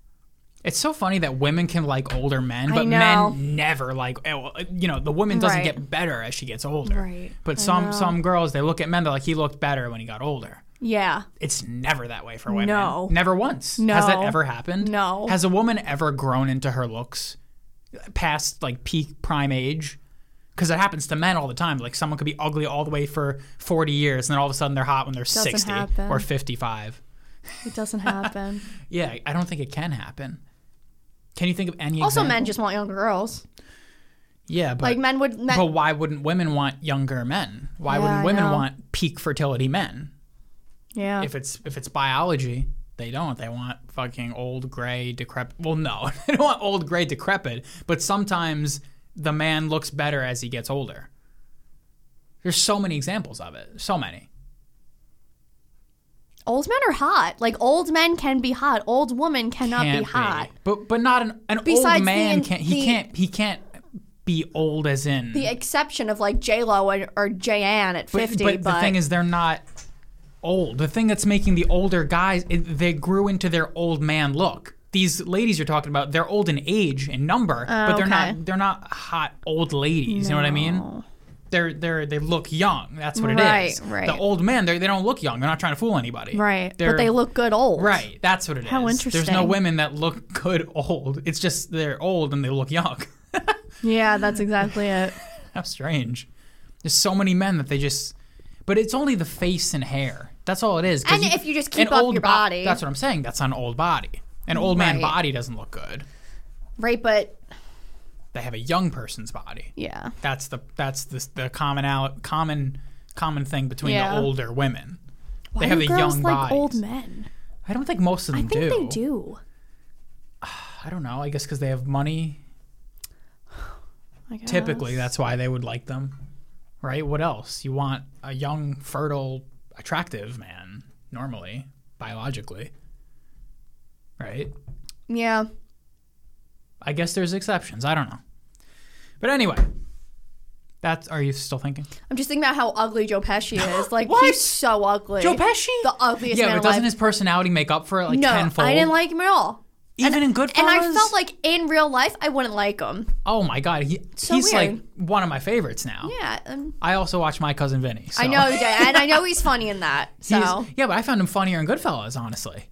S1: It's so funny that women can like older men, but
S2: know.
S1: men never like. oh, You know, the woman doesn't
S2: Right.
S1: get better as she gets older.
S2: Right.
S1: But some some girls they look at men, they're like, he looked better when he got older.
S2: yeah.
S1: It's never that way for women.
S2: No.
S1: Never once. Has that
S2: No.
S1: ever happened?
S2: No.
S1: Has a woman ever grown into her looks past like peak prime age? Because it happens to men all the time. Like someone could be ugly all the way for 40 years and then all of a sudden they're hot when they're 60
S2: happen.
S1: or 55.
S2: It doesn't happen.
S1: Yeah, I don't think it can happen. Can you think of any
S2: also,
S1: example?
S2: men just want younger girls.
S1: Yeah, but,
S2: Like men would men,
S1: but why wouldn't women want younger men? Why
S2: Yeah,
S1: wouldn't
S2: I
S1: women
S2: know.
S1: want peak fertility men?
S2: Yeah.
S1: if it's if it's biology, they don't. They want fucking old gray decrepit. Well, no, they don't want old gray decrepit. But sometimes the man looks better as he gets older. There's so many examples of it. So many.
S2: old men are hot. Like old men can be hot. Old woman cannot
S1: Can't
S2: be hot.
S1: But but not an an
S2: Besides
S1: old
S2: the
S1: man
S2: in-
S1: can't. He
S2: the-
S1: can't. He can't be old as in.
S2: The exception of like J Lo or, or J-Ann at
S1: but,
S2: 50, but,
S1: but the thing is, they're not old. The thing that's making the older guys, it, they grew into their old man look. These ladies you're talking about, they're old in age and number, but they're
S2: Oh, okay.
S1: not. They're not hot old ladies. You know what I mean? They're they're they look young. That's what it is.
S2: Right, right.
S1: The old men, they they don't look young. They're not trying to fool anybody.
S2: right.
S1: They're,
S2: but they look good old.
S1: right. That's what it is.
S2: How
S1: There's no
S2: interesting.
S1: women that look good old. It's just they're old and they look young.
S2: Yeah, that's exactly it.
S1: How strange. There's so many men that they just. But it's only the face and hair. That's all it is. 'cause
S2: And if you just keep up
S1: bo-
S2: your body.
S1: that's what I'm saying. That's an old body. An old man
S2: Right.
S1: body doesn't look good.
S2: Right, but
S1: They have a young person's body.
S2: yeah.
S1: That's the that's the the common common common thing between
S2: Yeah.
S1: the older women.
S2: Why
S1: they have
S2: do
S1: a
S2: girls
S1: young
S2: like
S1: body.
S2: old men?
S1: I don't think most of
S2: I
S1: them
S2: think they do.
S1: I don't know. I guess because they have money.
S2: I guess.
S1: Typically, that's why they would like them, right? What else? You want a young, fertile, attractive man, normally, biologically, right?
S2: Yeah.
S1: I guess there's exceptions. I don't know. But anyway, that's. Are you still thinking?
S2: I'm just thinking about how ugly Joe Pesci is. Like
S1: What?
S2: he's so ugly.
S1: Joe Pesci?
S2: the ugliest
S1: yeah,
S2: man
S1: but
S2: alive.
S1: doesn't his personality make up for it like
S2: no,
S1: tenfold?
S2: I didn't like him at all.
S1: Even in Goodfellas.
S2: And I felt like in real life I wouldn't like him.
S1: oh my god, he,
S2: So
S1: he's like
S2: weird.
S1: one of my favorites now.
S2: Yeah, um,
S1: I also watch My Cousin Vinny. So.
S2: I know, he did, and I know he's funny in that. So
S1: He's- yeah, but I found him funnier in Goodfellas, honestly.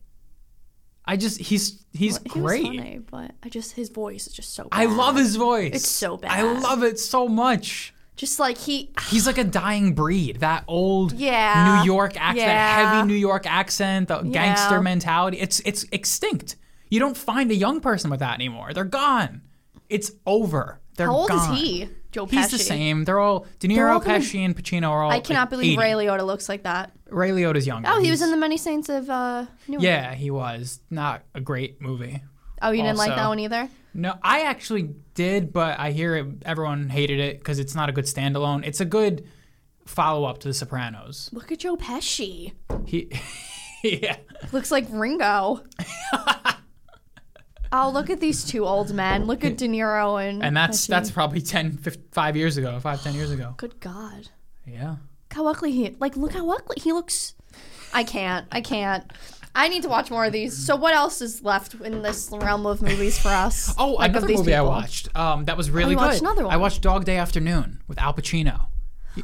S1: I just he's he's
S2: he
S1: great.
S2: was funny, but I just his voice is just so. Bad.
S1: I love his voice.
S2: It's so bad.
S1: I love it so much.
S2: Just like he,
S1: He's like a dying breed. That old
S2: Yeah.
S1: New York accent,
S2: Yeah.
S1: heavy New York accent, the
S2: Yeah.
S1: gangster mentality. It's it's extinct. You don't find a young person with that anymore. They're gone. It's over. They're
S2: how old
S1: gone.
S2: is he? Joe Pesci.
S1: He's the same. They're all De Niro,
S2: all gonna-
S1: Pesci, and Pacino are all.
S2: I cannot believe Ray Liotta looks like that.
S1: Ray Liotta's younger.
S2: Oh, he was in the Many Saints of uh, New.
S1: Yeah, he was not a great movie.
S2: Oh, you didn't like
S1: Also-
S2: that one either.
S1: No, I actually did, but I hear it, everyone hated it because it's not a good standalone. It's a good follow up to The Sopranos.
S2: Look at Joe Pesci.
S1: He, yeah,
S2: Looks like Ringo. oh, look at these two old men. Look at De Niro and
S1: and that's
S2: Pesci.
S1: that's probably 10, 15, five years ago, five ten years ago.
S2: good God.
S1: Yeah,
S2: Look How ugly he like look how ugly he looks. I can't. I can't. I need to watch more of these. So what else is left in this realm of movies for us?
S1: Oh,
S2: Like, of
S1: another
S2: these
S1: movie I
S2: people?
S1: watched. Um, that was really
S2: you watched
S1: good.
S2: another one.
S1: I watched Dog Day Afternoon with Al Pacino.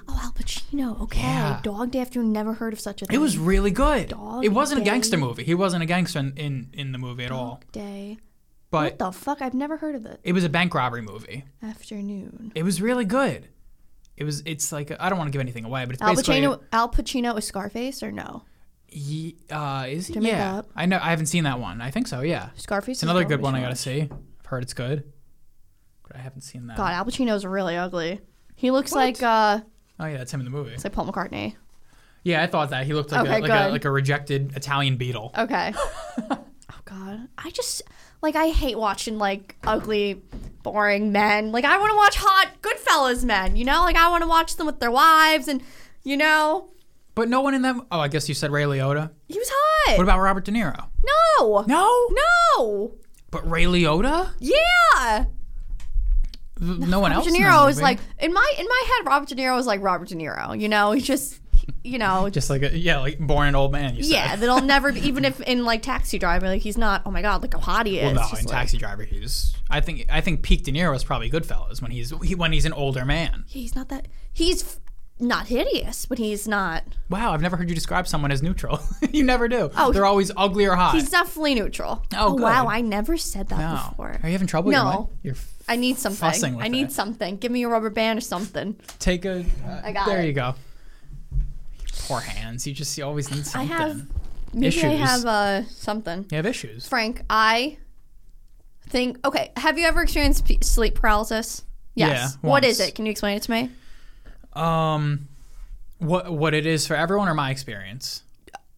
S2: Oh, Al Pacino. Okay.
S1: Yeah.
S2: Dog Day Afternoon. Never heard of such a thing.
S1: It was really good.
S2: Dog
S1: it wasn't
S2: Day.
S1: a gangster movie. He wasn't a gangster in, in, in the movie at all.
S2: Day. What
S1: But
S2: the fuck? I've never heard of it.
S1: it was a bank robbery movie.
S2: Afternoon.
S1: It was really good. It was. It's like I don't want to give anything away, but it's
S2: Al
S1: basically.
S2: Pacino. Al Pacino is Scarface or no?
S1: He, uh, is he?
S2: Did I make
S1: yeah.
S2: that up?
S1: I know. I haven't seen that one. I think so. Yeah.
S2: Scarface.
S1: It's another good one I gotta see. I've heard it's good, but I haven't seen that.
S2: God, Al Pacino's really ugly. He looks like uh,
S1: Oh yeah, that's him in the movie.
S2: it's like Paul McCartney.
S1: Yeah, I thought that he looked like
S2: Okay,
S1: a like, a
S2: good.
S1: like a rejected Italian beetle.
S2: Okay. oh God, I just like I hate watching like ugly, boring men. Like I want to watch hot, good fellas men. You know, like I want to watch them with their wives, and you know,
S1: But no one in that. Oh, I guess you said Ray Liotta.
S2: he was
S1: What
S2: hot.
S1: about Robert De Niro?
S2: no,
S1: No.
S2: no,
S1: But Ray Liotta?
S2: yeah.
S1: No, one else.
S2: De
S1: in that
S2: Niro is
S1: movie.
S2: like in my in my head. Robert De Niro is like Robert De Niro. You know, he's just you know.
S1: just like a, yeah, like born an old man. You
S2: Yeah,
S1: Said.
S2: that'll never be, even if in like Taxi Driver, like he's not. Oh my God, look how hot he is.
S1: Well, no,
S2: Just
S1: in
S2: like-
S1: Taxi Driver, he's. I think I think peak De Niro is probably Goodfellas when he's he, when he's an older man.
S2: he's not that. He's f- not hideous, but he's not.
S1: Wow, I've never heard you describe someone as neutral. you never do.
S2: Oh,
S1: they're always ugly or hot.
S2: He's definitely neutral.
S1: Oh, good.
S2: wow, I never said that
S1: No.
S2: before.
S1: Are you having trouble?
S2: No.
S1: You're, f-
S2: I need something.
S1: fussing with
S2: I need
S1: it?
S2: something. Give me a rubber band or something.
S1: take a.
S2: I got
S1: there
S2: it.
S1: you go. Poor hands. You just you always need
S2: I
S1: something.
S2: have maybe I
S1: Issues.
S2: have uh something.
S1: You have issues.
S2: Frank, I think okay, have you ever experienced p- sleep paralysis? Yes.
S1: Yeah,
S2: what
S1: once.
S2: is it? Can you explain it to me?
S1: Um, what what it is for everyone or my experience?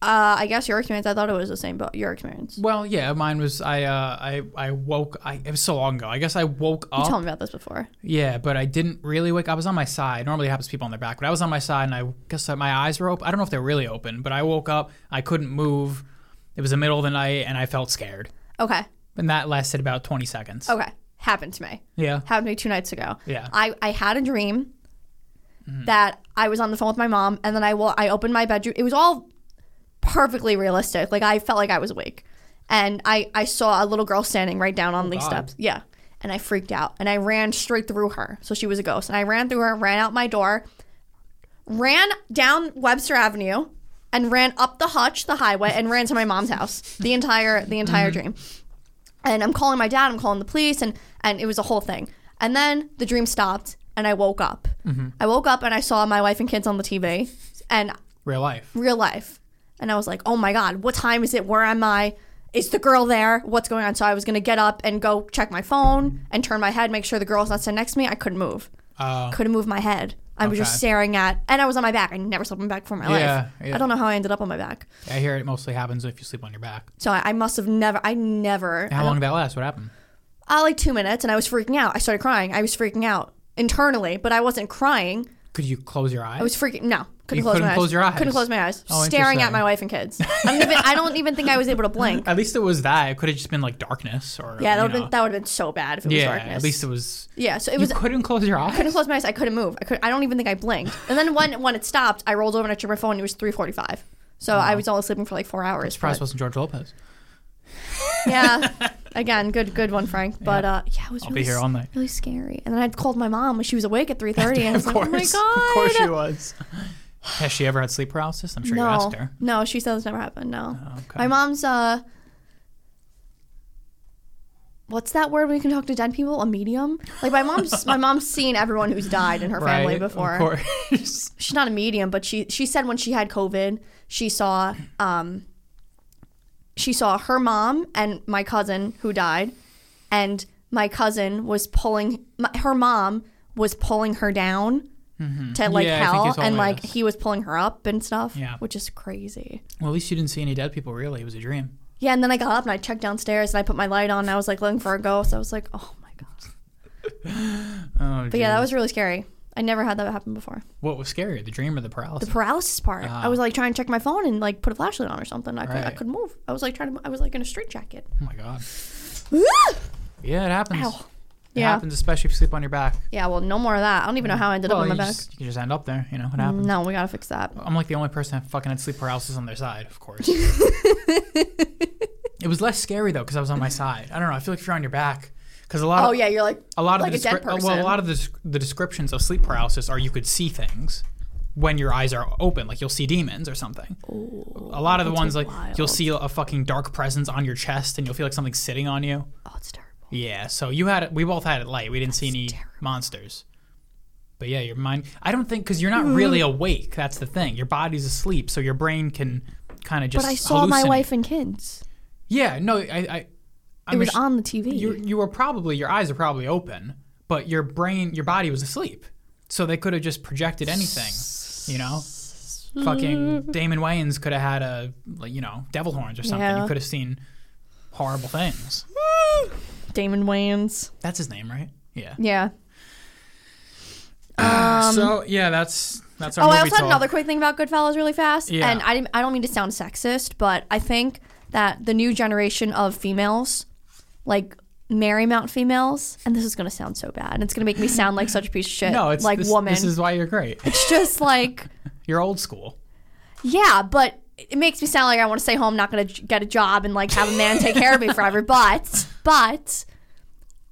S2: Uh, I guess your experience. I thought it was the same, but your experience. You
S1: Well, yeah, mine was I uh I I woke I it was so long ago. I guess I woke up.
S2: told me about this before.
S1: Yeah, but I didn't really wake. I was on my side. Normally it happens to people on their back, but I was on my side, and I guess that my eyes were open. I don't know if they were really open, but I woke up. I couldn't move. It was the middle of the night, and I felt scared.
S2: Okay.
S1: And that lasted about twenty seconds.
S2: Okay. Happened to me.
S1: Yeah.
S2: happened to me two nights ago.
S1: Yeah.
S2: I, I had a dream that I was on the phone with my mom, and then I wa- I opened my bedroom. It was all perfectly realistic. Like I felt like I was awake, and I I saw a little girl standing right down on these
S1: God.
S2: steps. Yeah, and I freaked out, and I ran straight through her. So she was a ghost, and I ran through her, ran out my door, ran down Webster Avenue, and ran up the hutch, the highway, and ran to my mom's house. The entire the entire dream and I'm calling my dad, I'm calling the police, and and it was a whole thing. And then the dream stopped, and I woke up. I woke up and I saw my wife and kids on the TV, and
S1: Real life.
S2: real life. And I was like, oh my god, what time is it? Where am I? Is the girl there? What's going on? So I was gonna get up and go check my phone and turn my head, make sure the girl's not sitting next to me. I couldn't move.
S1: Uh,
S2: Couldn't move my head. I was
S1: Okay.
S2: just staring at, and I was on my back. I never slept on my back before in my
S1: Yeah,
S2: life.
S1: yeah.
S2: I don't know how I ended up on my back.
S1: I hear it mostly happens if you sleep on your back.
S2: So I, I must have never, I never. I
S1: How long did that last? What happened?
S2: uh, like two minutes and I was freaking out. I started crying. I was freaking out internally, but I wasn't crying.
S1: Could you close your eyes?
S2: I was freaking no. Couldn't
S1: You
S2: close
S1: couldn't
S2: my
S1: close
S2: eyes.
S1: your eyes.
S2: Couldn't close my eyes.
S1: Oh,
S2: staring
S1: interesting.
S2: at my wife and kids. I don't even. I don't even think I was able to blink.
S1: At least it was that. It could have just been like darkness or
S2: Yeah, that
S1: you
S2: would have
S1: know.
S2: been that would have been so bad if it
S1: yeah.
S2: was darkness.
S1: At least it was.
S2: yeah. So it
S1: You
S2: was.
S1: couldn't close your eyes.
S2: couldn't close my eyes. I couldn't move. I could. I don't even think I blinked. And then when when it stopped, I rolled over and I checked my phone. and It was three forty five. So I was only sleeping for like four hours.
S1: Surprised it
S2: but-
S1: wasn't George Lopez.
S2: yeah. Again, good good one, Frank. But uh, yeah, it was
S1: I'll
S2: really,
S1: be here
S2: s-
S1: all night.
S2: really scary. And then I called my mom when she was awake at three thirty, and I was
S1: of
S2: like,
S1: course,
S2: oh my god,
S1: of course she was. Has she ever had sleep paralysis? I'm sure you
S2: No,
S1: asked her. Oh,
S2: no, she says it's never happened. No,
S1: Okay.
S2: my mom's uh, what's that word when you can talk to dead people? A medium? Like my mom's my mom's seen everyone who's died in her family
S1: Right,
S2: before.
S1: Of course.
S2: She's not a medium, but she she said when she had COVID, she saw um, she saw her mom and my cousin who died, and my cousin was pulling my, her mom was pulling her down. To like
S1: Mm-hmm. Yeah, I think you
S2: hell,
S1: told
S2: and
S1: me
S2: like
S1: this.
S2: he was pulling her up and stuff,
S1: Yeah.
S2: which is crazy.
S1: well, at least you didn't see any dead people. Really, it was a dream.
S2: Yeah, and then I got up and I checked downstairs and I put my light on. And I was like looking for a ghost. I was like, oh my god.
S1: Oh,
S2: But yeah, that was really scary. I never had that happen before.
S1: what was scarier, the dream or the paralysis?
S2: The paralysis part. I was like trying to check my phone and like put a flashlight on or something. I, could, I
S1: Ah. Right.
S2: couldn't move. I was like trying to. I was like in a straitjacket.
S1: oh my god.
S2: Ah!
S1: Yeah, it happens.
S2: Ow.
S1: It
S2: Yeah.
S1: happens, especially if you sleep on your back.
S2: Yeah. Well, no more of that. I don't even know how I ended
S1: Mm. Well,
S2: up on
S1: you,
S2: my back. Mm-hmm.
S1: just, Uh, you just end up there. You know what happens.
S2: No, we gotta fix that.
S1: I'm like the only person that fucking had sleep paralysis on their side, of course. it was less scary though because I was on my side. I don't know. I feel like if you're on your back, because a lot
S2: Oh
S1: of,
S2: yeah, you're like
S1: a lot of
S2: like
S1: the
S2: a dead
S1: descri- uh,
S2: person.
S1: well a lot of the, desc- the descriptions of sleep paralysis are you could see things when your eyes are open like you'll see demons or something a lot of the ones like you'll
S2: wild.
S1: see a fucking dark presence on your chest and you'll feel like something's sitting on you
S2: oh, it's terrible.
S1: yeah so you had it we both had it light we didn't see any monsters but yeah your mind i don't think because you're
S2: Mm-hmm.
S1: not really awake that's the thing your body's asleep so your brain can kind of just
S2: But I saw my
S1: hallucinate.
S2: wife and kids.
S1: yeah no i i I'm
S2: It was
S1: ass-
S2: on the TV.
S1: you you were probably your eyes are probably open, but your brain your body was asleep, so they could have just projected anything, you know. Fucking Damon Wayans could have had a like, you know devil horns or something.
S2: Yeah.
S1: You could have seen horrible things.
S2: Damon Wayans.
S1: That's his name, right? Yeah.
S2: Yeah.
S1: so yeah, that's that's our
S2: Um, Oh,
S1: movie
S2: I also
S1: talk.
S2: had another quick thing about Goodfellas really fast.
S1: Yeah.
S2: And I, didn't- I don't mean to sound sexist, but I think that the new generation of females, like Marymount females, and this is going to sound so bad, and it's going to make me sound like such a piece of shit.
S1: no, it's
S2: like
S1: this,
S2: woman.
S1: This is why you're great.
S2: it's just like,
S1: You're old school.
S2: yeah, but it makes me sound like I want to stay home, not going to get a job, and like have a man take care of me forever. But, but.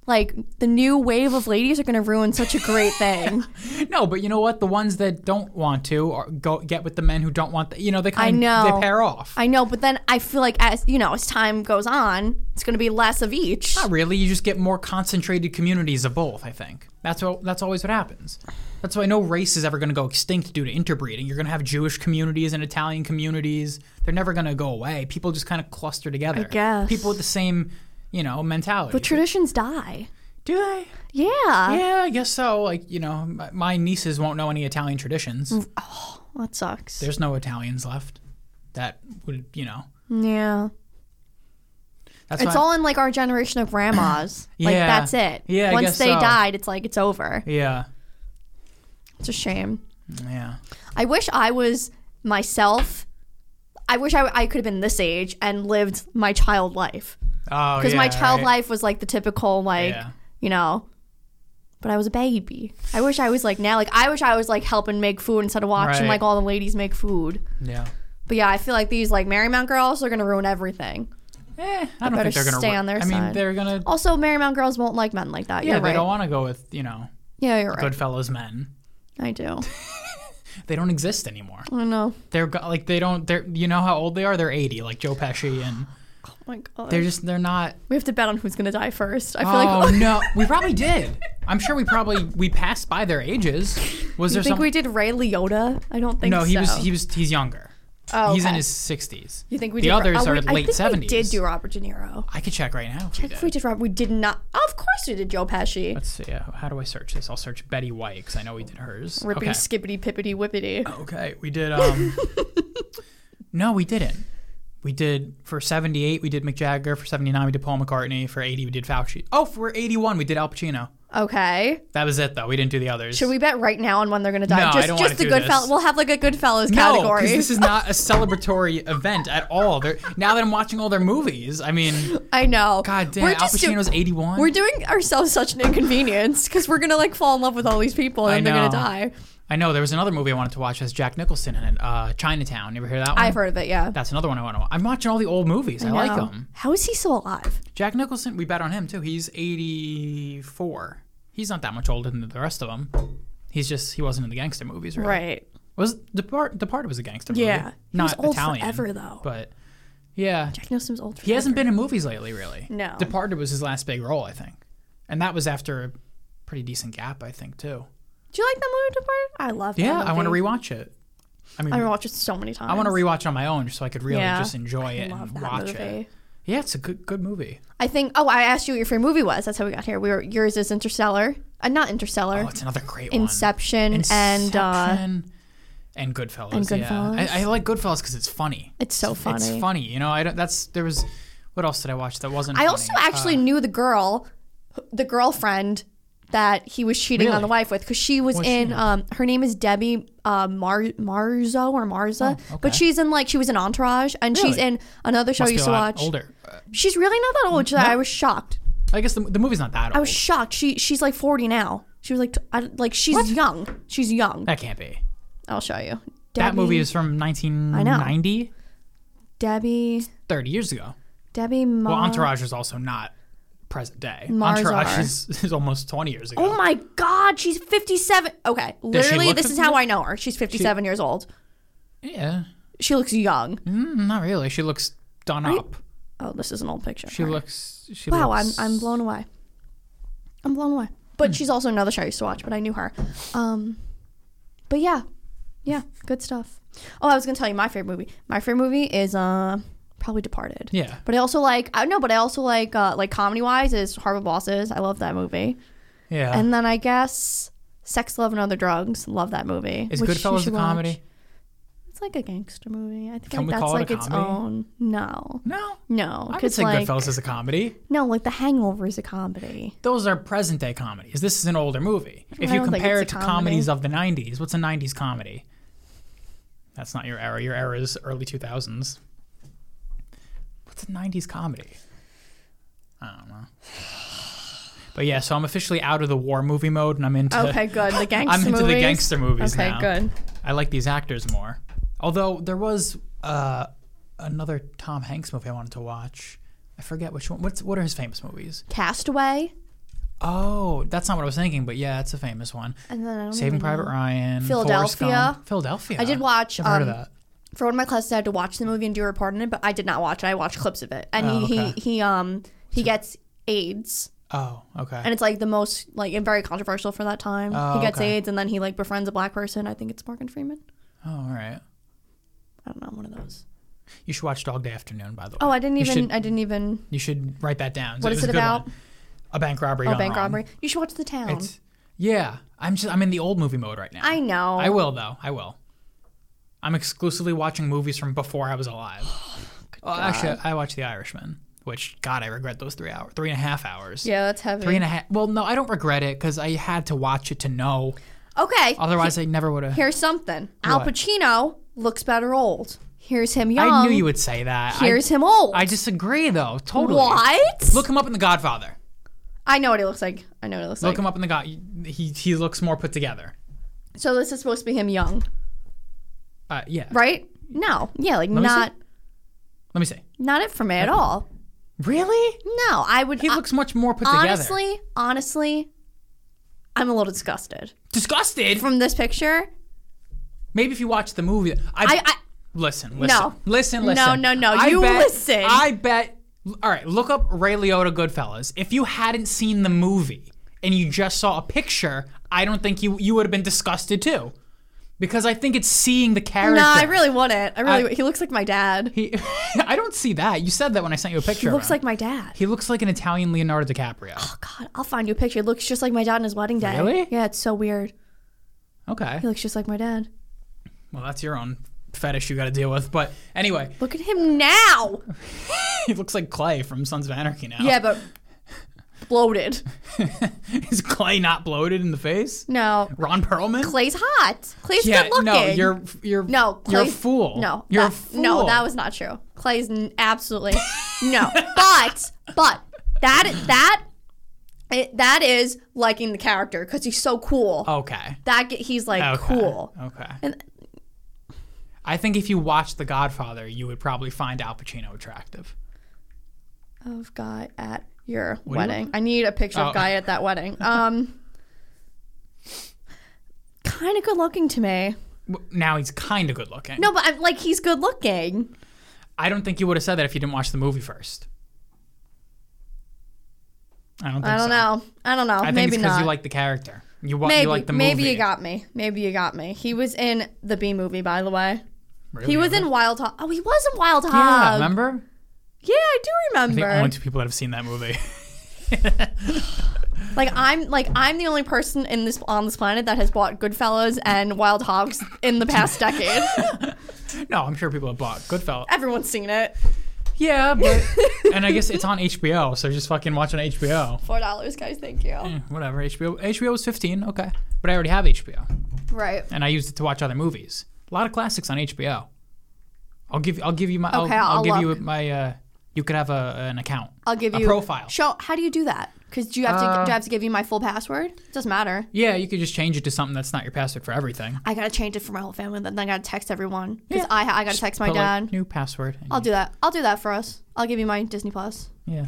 S2: Like the new wave of ladies are gonna ruin such a great thing.
S1: No, but you know what? The ones that don't want to or go get with the men who don't want. The, you know, they kind
S2: know.
S1: they pair off.
S2: I know, but then I feel like as you know, as time goes on, it's gonna be less of each.
S1: Not really. You just get more concentrated communities of both. I think that's what that's always what happens. That's why no race is ever going to go extinct due to interbreeding. You're going to have Jewish communities and Italian communities. They're never going to go away. People just kind of cluster together.
S2: guess.
S1: people with the same, you know, mentality.
S2: But traditions die.
S1: Do they?
S2: Yeah.
S1: Yeah, I guess so. Like you know, my, my nieces won't know any Italian traditions.
S2: Mm. That sucks.
S1: There's no Italians left. That would you know.
S2: yeah.
S1: That's
S2: It's
S1: why-
S2: all in like our generation of grandmas. Like
S1: Yeah.
S2: that's it.
S1: Yeah, I
S2: Once
S1: guess
S2: they
S1: so.
S2: died, it's like it's over.
S1: Yeah,
S2: It's a shame.
S1: yeah.
S2: I wish I was myself. I wish I, I could have been this age and lived my child life.
S1: Oh,
S2: Because
S1: yeah,
S2: my child
S1: right.
S2: life was like the typical, like,
S1: Yeah.
S2: you know, but I was a baby. I wish I was like now. Like, I wish I was like helping make food instead of watching
S1: Right.
S2: like all the ladies make food.
S1: Yeah.
S2: But yeah, I feel like these like Marymount girls are going to ruin everything.
S1: Eh, I don't
S2: better
S1: think they're going to
S2: stay on their
S1: I mean,
S2: side.
S1: they're going to
S2: Also, Marymount girls won't like men like that.
S1: Yeah,
S2: you're
S1: they
S2: right.
S1: don't want to go with you know
S2: yeah, you're right.
S1: Goodfellas men.
S2: I do.
S1: They don't exist anymore.
S2: I know.
S1: They're go- like they don't. They're you know how old they are. They're eighty, like Joe Pesci, and
S2: Oh my god.
S1: they're just they're not.
S2: we have to bet on who's gonna die first. I feel
S1: Oh
S2: like.
S1: no, we probably did. I'm sure we probably we passed by their ages. Was
S2: I
S1: there
S2: think
S1: some?
S2: we did Ray Liotta. I don't think
S1: no,
S2: so.
S1: he was he was he's younger.
S2: Oh,
S1: He's in
S2: okay.
S1: his sixties.
S2: You think we
S1: the
S2: did?
S1: others
S2: oh,
S1: are
S2: we- I
S1: late
S2: think
S1: seventies?
S2: We did do Robert De Niro.
S1: I could check right now. If we
S2: If
S1: did.
S2: we did Rob, we did not. Of course, we did Joe Pesci.
S1: Let's see. Uh, how do I search this? I'll search Betty White because I know we did hers.
S2: Rippity
S1: okay.
S2: skippity pippity whippity.
S1: Okay, we did. um No, we didn't. We did for seventy eight. We did Mick Jagger for seventy nine. We did Paul McCartney for eighty. We did Fauci. Oh, for eighty one, we did Al Pacino.
S2: Okay.
S1: That was it though. We didn't do the others.
S2: Should we bet right now on when they're gonna die?
S1: No, I
S2: just
S1: don't
S2: just the
S1: wanna do
S2: Goodfellas.
S1: this.
S2: We'll have like a Goodfellas
S1: No,
S2: category.
S1: because this is not a celebratory event at all. They're, now that I'm watching all their movies, I mean,
S2: I know.
S1: god damn,
S2: We're
S1: Al
S2: just do-
S1: Pacino's 81.
S2: We're doing ourselves such an inconvenience because we're gonna like fall in love with all these people and
S1: I
S2: then they're
S1: know.
S2: gonna die.
S1: I know there was another movie I wanted to watch as Jack Nicholson in it, uh, Chinatown. You ever hear that one?
S2: I've heard of it. Yeah.
S1: That's another one I want to watch. I'm watching all the old movies. I, like
S2: No.
S1: them.
S2: How is he still alive?
S1: Jack Nicholson, we bet on him too. He's 84. He's not that much older than the rest of them. He's just he wasn't in the gangster movies, really.
S2: Right.
S1: Was Depart Departed was a gangster movie.
S2: Yeah. He
S1: not
S2: was old
S1: Italian.
S2: forever, though.
S1: But yeah,
S2: Jack Nicholson's old.
S1: he hasn't been in movies lately, really.
S2: No.
S1: Departed was his last big role, I think, and that was after a pretty decent gap, I think, too.
S2: Do you like that movie? Departed? I love. that
S1: Yeah, I want to
S2: movie.
S1: rewatch it. I mean,
S2: I watched it so many times.
S1: I want to rewatch it on my own so I could really
S2: Yeah.
S1: just enjoy it
S2: love
S1: and
S2: that
S1: watch it.
S2: movie.
S1: Yeah, it's a good good movie.
S2: I think. Oh, I asked you what your favorite movie was. That's how we got here. We were yours is Interstellar. Uh, not Interstellar.
S1: Oh, it's another great one.
S2: Inception, and uh,
S1: Inception and Goodfellas.
S2: and
S1: Yeah,
S2: Goodfellas.
S1: I, I like Goodfellas because it's funny.
S2: it's so funny.
S1: It's funny, you know. I don't, that's there was. What else did I watch that wasn't?
S2: I
S1: funny?
S2: also actually knew the girl, the girlfriend that he was cheating on
S1: Really?
S2: the wife with, because she was
S1: What's she
S2: in.
S1: in?
S2: Um, her name is Debbie uh, Mar- Marzo or Marza,
S1: Oh, okay.
S2: but she's in like she was in Entourage, and she's
S1: Really?
S2: in another show
S1: must
S2: I
S1: be
S2: used
S1: a
S2: to
S1: lot
S2: watch.
S1: older. Uh,
S2: She's really not that old. which I was shocked.
S1: I guess the, the movie's not that old.
S2: I was shocked. She she's like forty now. She was like t- I, like she's young. She's young.
S1: that can't be.
S2: I'll show you.
S1: That
S2: Debbie-
S1: movie is from 1990,
S2: Debbie
S1: 30 years ago.
S2: Debbie. Mar-
S1: Well, Entourage is also not present day.
S2: Uh, Mars
S1: Entourage
S2: are.
S1: is, is almost 20 years ago.
S2: Oh my God, she's 57. Okay,
S1: she
S2: literally,
S1: look
S2: this is how I know her. She's 57 years old.
S1: yeah.
S2: She looks young.
S1: Mm, not really. She looks done up.
S2: Oh, this is an old picture.
S1: She
S2: All right.
S1: looks. She
S2: Wow, I'm
S1: looks,
S2: I'm blown away. I'm blown away.
S1: Hmm.
S2: But she's also another show I used to watch, but I knew her. Um, but yeah, yeah, good stuff. Oh, I was gonna tell you my favorite movie. My favorite movie is uh probably Departed.
S1: Yeah.
S2: But I also like I know, but I also like uh like comedy wise is Harbor Bosses. I love that movie.
S1: Yeah.
S2: And then I guess Sex, Love, and Other Drugs. Love that movie.
S1: is
S2: which you
S1: Goodfellas a
S2: should watch.
S1: comedy?
S2: It's like a gangster movie. I think
S1: Can
S2: like
S1: we
S2: that's
S1: call it a
S2: like its
S1: comedy?
S2: own. No,
S1: No.
S2: no,
S1: I would
S2: because
S1: say
S2: like
S1: Goodfellas is a comedy.
S2: no, like The Hangover is a comedy.
S1: Those are present day comedies. This is an older movie. If
S2: I
S1: you
S2: don't think
S1: compare it
S2: it's
S1: to
S2: a
S1: comedies of the 90s, what's a 90s comedy? That's not your era. Your era is early 2000s. What's a 90s comedy? I don't know. But yeah, so I'm officially out of the war movie mode and I'm into
S2: Okay, good. The gangster
S1: I'm into
S2: movies.
S1: the gangster movies
S2: Okay,
S1: now.
S2: good.
S1: I like these actors more. Although there was uh, another Tom Hanks movie I wanted to watch. I forget which one. What's what are his famous movies?
S2: Castaway,
S1: Oh, that's not what I was thinking, but yeah, it's a famous one.
S2: and then I don't
S1: Saving
S2: even
S1: Private
S2: know.
S1: Ryan. Forrest
S2: Mm-hmm. Philadelphia.
S1: Gump. Philadelphia.
S2: I did watch.
S1: I've
S2: Um,
S1: heard of that.
S2: For one of my classes, I had to watch the movie and do a report on it, but I did not watch it. I watched clips of it, and
S1: Oh,
S2: he,
S1: okay.
S2: he he um he gets AIDS,
S1: Oh, okay.
S2: and it's like the most like and very controversial for that time.
S1: Oh,
S2: he gets
S1: okay.
S2: AIDS, and then he like befriends a black person. I think it's Morgan Freeman.
S1: oh, all right.
S2: I don't know, one of those.
S1: You should watch Dog Day Afternoon, by the way.
S2: Oh, I didn't
S1: You
S2: even.
S1: should-
S2: I didn't even.
S1: You should write that down.
S2: What
S1: It
S2: is
S1: was
S2: it
S1: a good
S2: about?
S1: one. A bank robbery.
S2: Oh,
S1: gone
S2: bank
S1: wrong.
S2: robbery. You should watch The Town.
S1: It's yeah. I'm just I'm in the old movie mode right now.
S2: I know.
S1: I will though. I will. I'm exclusively watching movies from before I was alive. well, actually, I watched The Irishman, which God, I regret those three hours, three and a half hours.
S2: Yeah, that's heavy.
S1: Three and a half. Well, no, I don't regret it because I had to watch it to know.
S2: okay.
S1: Otherwise, I never would have.
S2: Here's something. Al
S1: What?
S2: Pacino looks better old. Here's him young.
S1: I knew you would say that. I-
S2: Here's him old.
S1: I disagree, though. Totally.
S2: What?
S1: Look him up in The Godfather.
S2: I know what he looks like. I know what he looks
S1: Look
S2: like.
S1: him up in The God. He he looks more put together.
S2: So this is supposed to be him young,
S1: Uh, yeah.
S2: right? No. Yeah, like
S1: me see.
S2: not
S1: Let me see.
S2: not it for me at all.
S1: Really?
S2: No, I would
S1: He
S2: I-
S1: looks much more put together.
S2: honestly, honestly, I'm a little disgusted
S1: Disgusted.
S2: from this picture.
S1: Maybe if you watch the movie.
S2: I, I
S1: Listen, listen.
S2: No.
S1: Listen,
S2: No,
S1: listen.
S2: no, no. You listen.
S1: I bet. All right, look up Ray Liotta Goodfellas. If you hadn't seen the movie and you just saw a picture, I don't think you you would have been disgusted too. Because I think it's seeing the character.
S2: no, I really wouldn't. I really
S1: I-
S2: he looks like my dad. He
S1: He, I don't see that. You said that when I sent you a picture. of
S2: looks
S1: him.
S2: like my dad.
S1: He looks like an Italian Leonardo DiCaprio.
S2: God, I'll find you a picture. He looks just like my dad on his wedding day.
S1: Really?
S2: Yeah, it's so weird.
S1: Okay.
S2: He looks just like my dad.
S1: Well, that's your own fetish you got to deal with. But anyway,
S2: Look at him now.
S1: he looks like Clay from Sons of Anarchy now.
S2: Yeah, but bloated.
S1: Is Clay not bloated in the face?
S2: No.
S1: Ron Perlman?
S2: Clay's hot. Clay's
S1: Yeah,
S2: good looking.
S1: no, you're you're
S2: No,
S1: you're a
S2: Clay's-
S1: fool.
S2: No,
S1: you're a
S2: that-
S1: fool.
S2: No, that was not true. Clay's n- absolutely no. But but that that it, that is liking the character because he's so cool.
S1: okay.
S2: That get, he's like
S1: Oh. Okay.
S2: cool.
S1: Okay.
S2: And-
S1: I think if you watched The Godfather, you would probably find Al Pacino attractive.
S2: Of guy at your
S1: do you
S2: wedding. I need a picture
S1: Oh.
S2: of guy at that wedding. Um, kind of good looking to me.
S1: W- Now he's kind of good looking.
S2: No, but I'm like he's good looking.
S1: I don't think you would have said that if you didn't watch the movie first. I don't think
S2: I
S1: so.
S2: don't know. I don't know.
S1: I think
S2: Maybe
S1: it's
S2: not.
S1: you like the character. You, wa-
S2: Maybe,
S1: you like the movie.
S2: maybe you got me. Maybe you got me. He was in the B movie, by the way.
S1: Really?
S2: He was in Wild Hog. Oh, he was in Wild Hog.
S1: Yeah, remember?
S2: Yeah, I do
S1: The
S2: remember.
S1: only two people that have seen that movie.
S2: like I'm, like I'm the only person in this on this planet that has bought Goodfellas and Wild Hogs in the past decade.
S1: no, I'm sure people have bought Goodfellas.
S2: Everyone's seen it.
S1: Yeah, but and I guess it's on HBO, so just fucking watch on HBO.
S2: Four dollars, guys. Thank you.
S1: Mm. Eh, Whatever HBO. HBO was 15, okay, but I already have HBO,
S2: Right.
S1: and I used it to watch other movies. A lot of classics on HBO. I'll give I'll give you my
S2: Okay,
S1: I'll,
S2: I'll
S1: give
S2: look.
S1: you my uh, you could have a, an account.
S2: I'll give
S1: A
S2: you
S1: profile. Uh,
S2: Show. How do you do that? Because do you have to? do I have to give you my full password? Doesn't matter.
S1: yeah, you could just change it to something that's not your password for everything.
S2: I gotta change it for my whole family. Then I gotta text everyone. Because I I gotta text my
S1: But, like,
S2: dad.
S1: new password. and
S2: I'll do that. I'll do that for us. I'll give you my Disney Plus.
S1: you- yeah.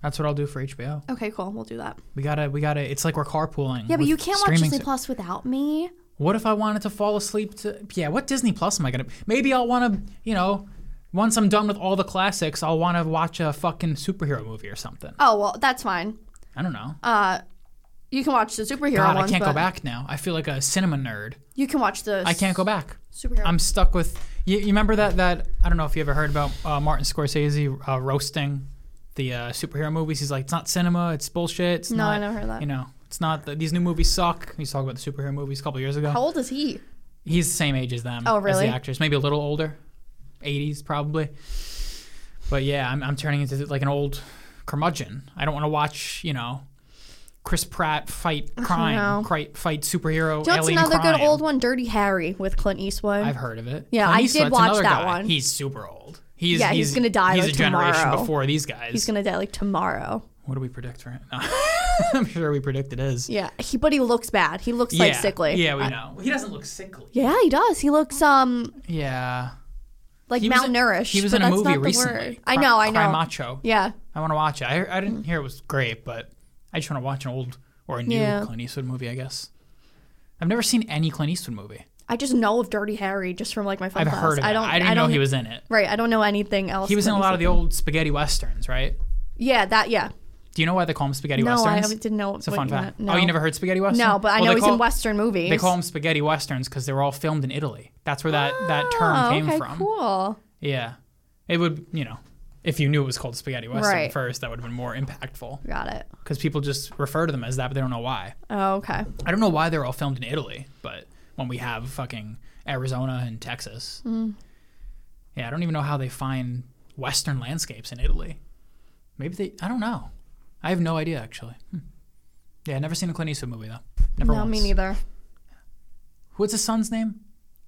S1: That's what I'll do for HBO.
S2: Okay, cool. We'll do that.
S1: We gotta, we gotta. It's like we're carpooling.
S2: Yeah, but
S1: with
S2: you can't watch
S1: streaming
S2: Disney
S1: ser-
S2: Plus without me.
S1: What if I wanted to fall asleep to? Yeah, what Disney Plus am I gonna? Maybe I'll want to, you know, once I'm done with all the classics, I'll want to watch a fucking superhero movie or something.
S2: Oh well, that's fine.
S1: I don't know.
S2: Uh, you can watch the superhero
S1: God, I
S2: ones.
S1: can't
S2: but
S1: go back now. I feel like a cinema nerd.
S2: You can watch the.
S1: I can't go back.
S2: Superhero.
S1: I'm stuck with. You, you remember that? That I don't know if you ever heard about uh, Martin Scorsese uh, roasting the uh, superhero movies. He's like, it's not cinema. It's bullshit. It's
S2: No,
S1: not,
S2: I never heard that.
S1: You know, it's not. The, these new movies suck. He's talking about the superhero movies a couple years ago.
S2: How old is he?
S1: He's the same age as them.
S2: Oh,
S1: As
S2: really?
S1: the actors, maybe a little older, 80s probably. But yeah, I'm, I'm turning into like an old curmudgeon. I don't want to watch, you know, Chris Pratt fight crime,
S2: no.
S1: cri- fight superhero
S2: You know, it's
S1: alien
S2: another
S1: crime.
S2: good old one, Dirty Harry with Clint Eastwood.
S1: I've heard of it.
S2: Yeah,
S1: Clint
S2: I did
S1: Eastwood's
S2: watch
S1: another
S2: that
S1: guy.
S2: one.
S1: He's super old. He's,
S2: Yeah, he's gonna die,
S1: He's
S2: like,
S1: a generation
S2: tomorrow.
S1: before these guys.
S2: He's gonna die like tomorrow.
S1: what do we predict for him? No. I'm sure we predicted his.
S2: Yeah, he but he looks bad. He looks like sickly.
S1: Yeah, we
S2: Uh,
S1: know. He doesn't look sickly.
S2: yeah, he does. He looks um
S1: Yeah.
S2: like
S1: He was in-
S2: malnourished.
S1: He was
S2: but
S1: in a
S2: that's
S1: movie
S2: not the
S1: recently.
S2: word. I know. I know.
S1: Cry Macho.
S2: Yeah.
S1: I want to watch it. I, I didn't hear it was great, but I just want to watch an old or a new
S2: Yeah.
S1: Clint Eastwood movie, I guess. I've never seen any Clint Eastwood movie.
S2: I just know of Dirty Harry just from like my phone
S1: I've
S2: class.
S1: heard of
S2: I
S1: it.
S2: don't.
S1: I didn't know he was in it.
S2: Right. I don't know anything else.
S1: He was in a
S2: Clint
S1: lot of the
S2: Eastwood.
S1: old spaghetti westerns, right?
S2: Yeah. That. Yeah.
S1: Do you know why they call them spaghetti
S2: No, I
S1: westerns?
S2: didn't know.
S1: It's a
S2: what
S1: fun
S2: you
S1: fact.
S2: meant.
S1: Oh,
S2: No.
S1: you never heard spaghetti westerns?
S2: No, but I know
S1: they
S2: he's
S1: call-
S2: in Western movies.
S1: They call them spaghetti westerns because they were all filmed in Italy. That's where that, that term
S2: oh,
S1: came
S2: okay,
S1: from.
S2: Cool.
S1: Yeah. It would, you know, if you knew it was called spaghetti western
S2: Right.
S1: first, that would have been more impactful
S2: Got it.
S1: because people just refer to them as that, but they don't know why.
S2: Oh, okay.
S1: I don't know why they're all filmed in Italy, but when we have fucking Arizona and Texas.
S2: Mm.
S1: Yeah, I don't even know how they find Western landscapes in Italy. Maybe they, I don't know. I have no idea, actually. Hmm. Yeah, I've never seen a Clint Eastwood movie, though. Never
S2: No,
S1: once.
S2: me neither.
S1: What's his son's name?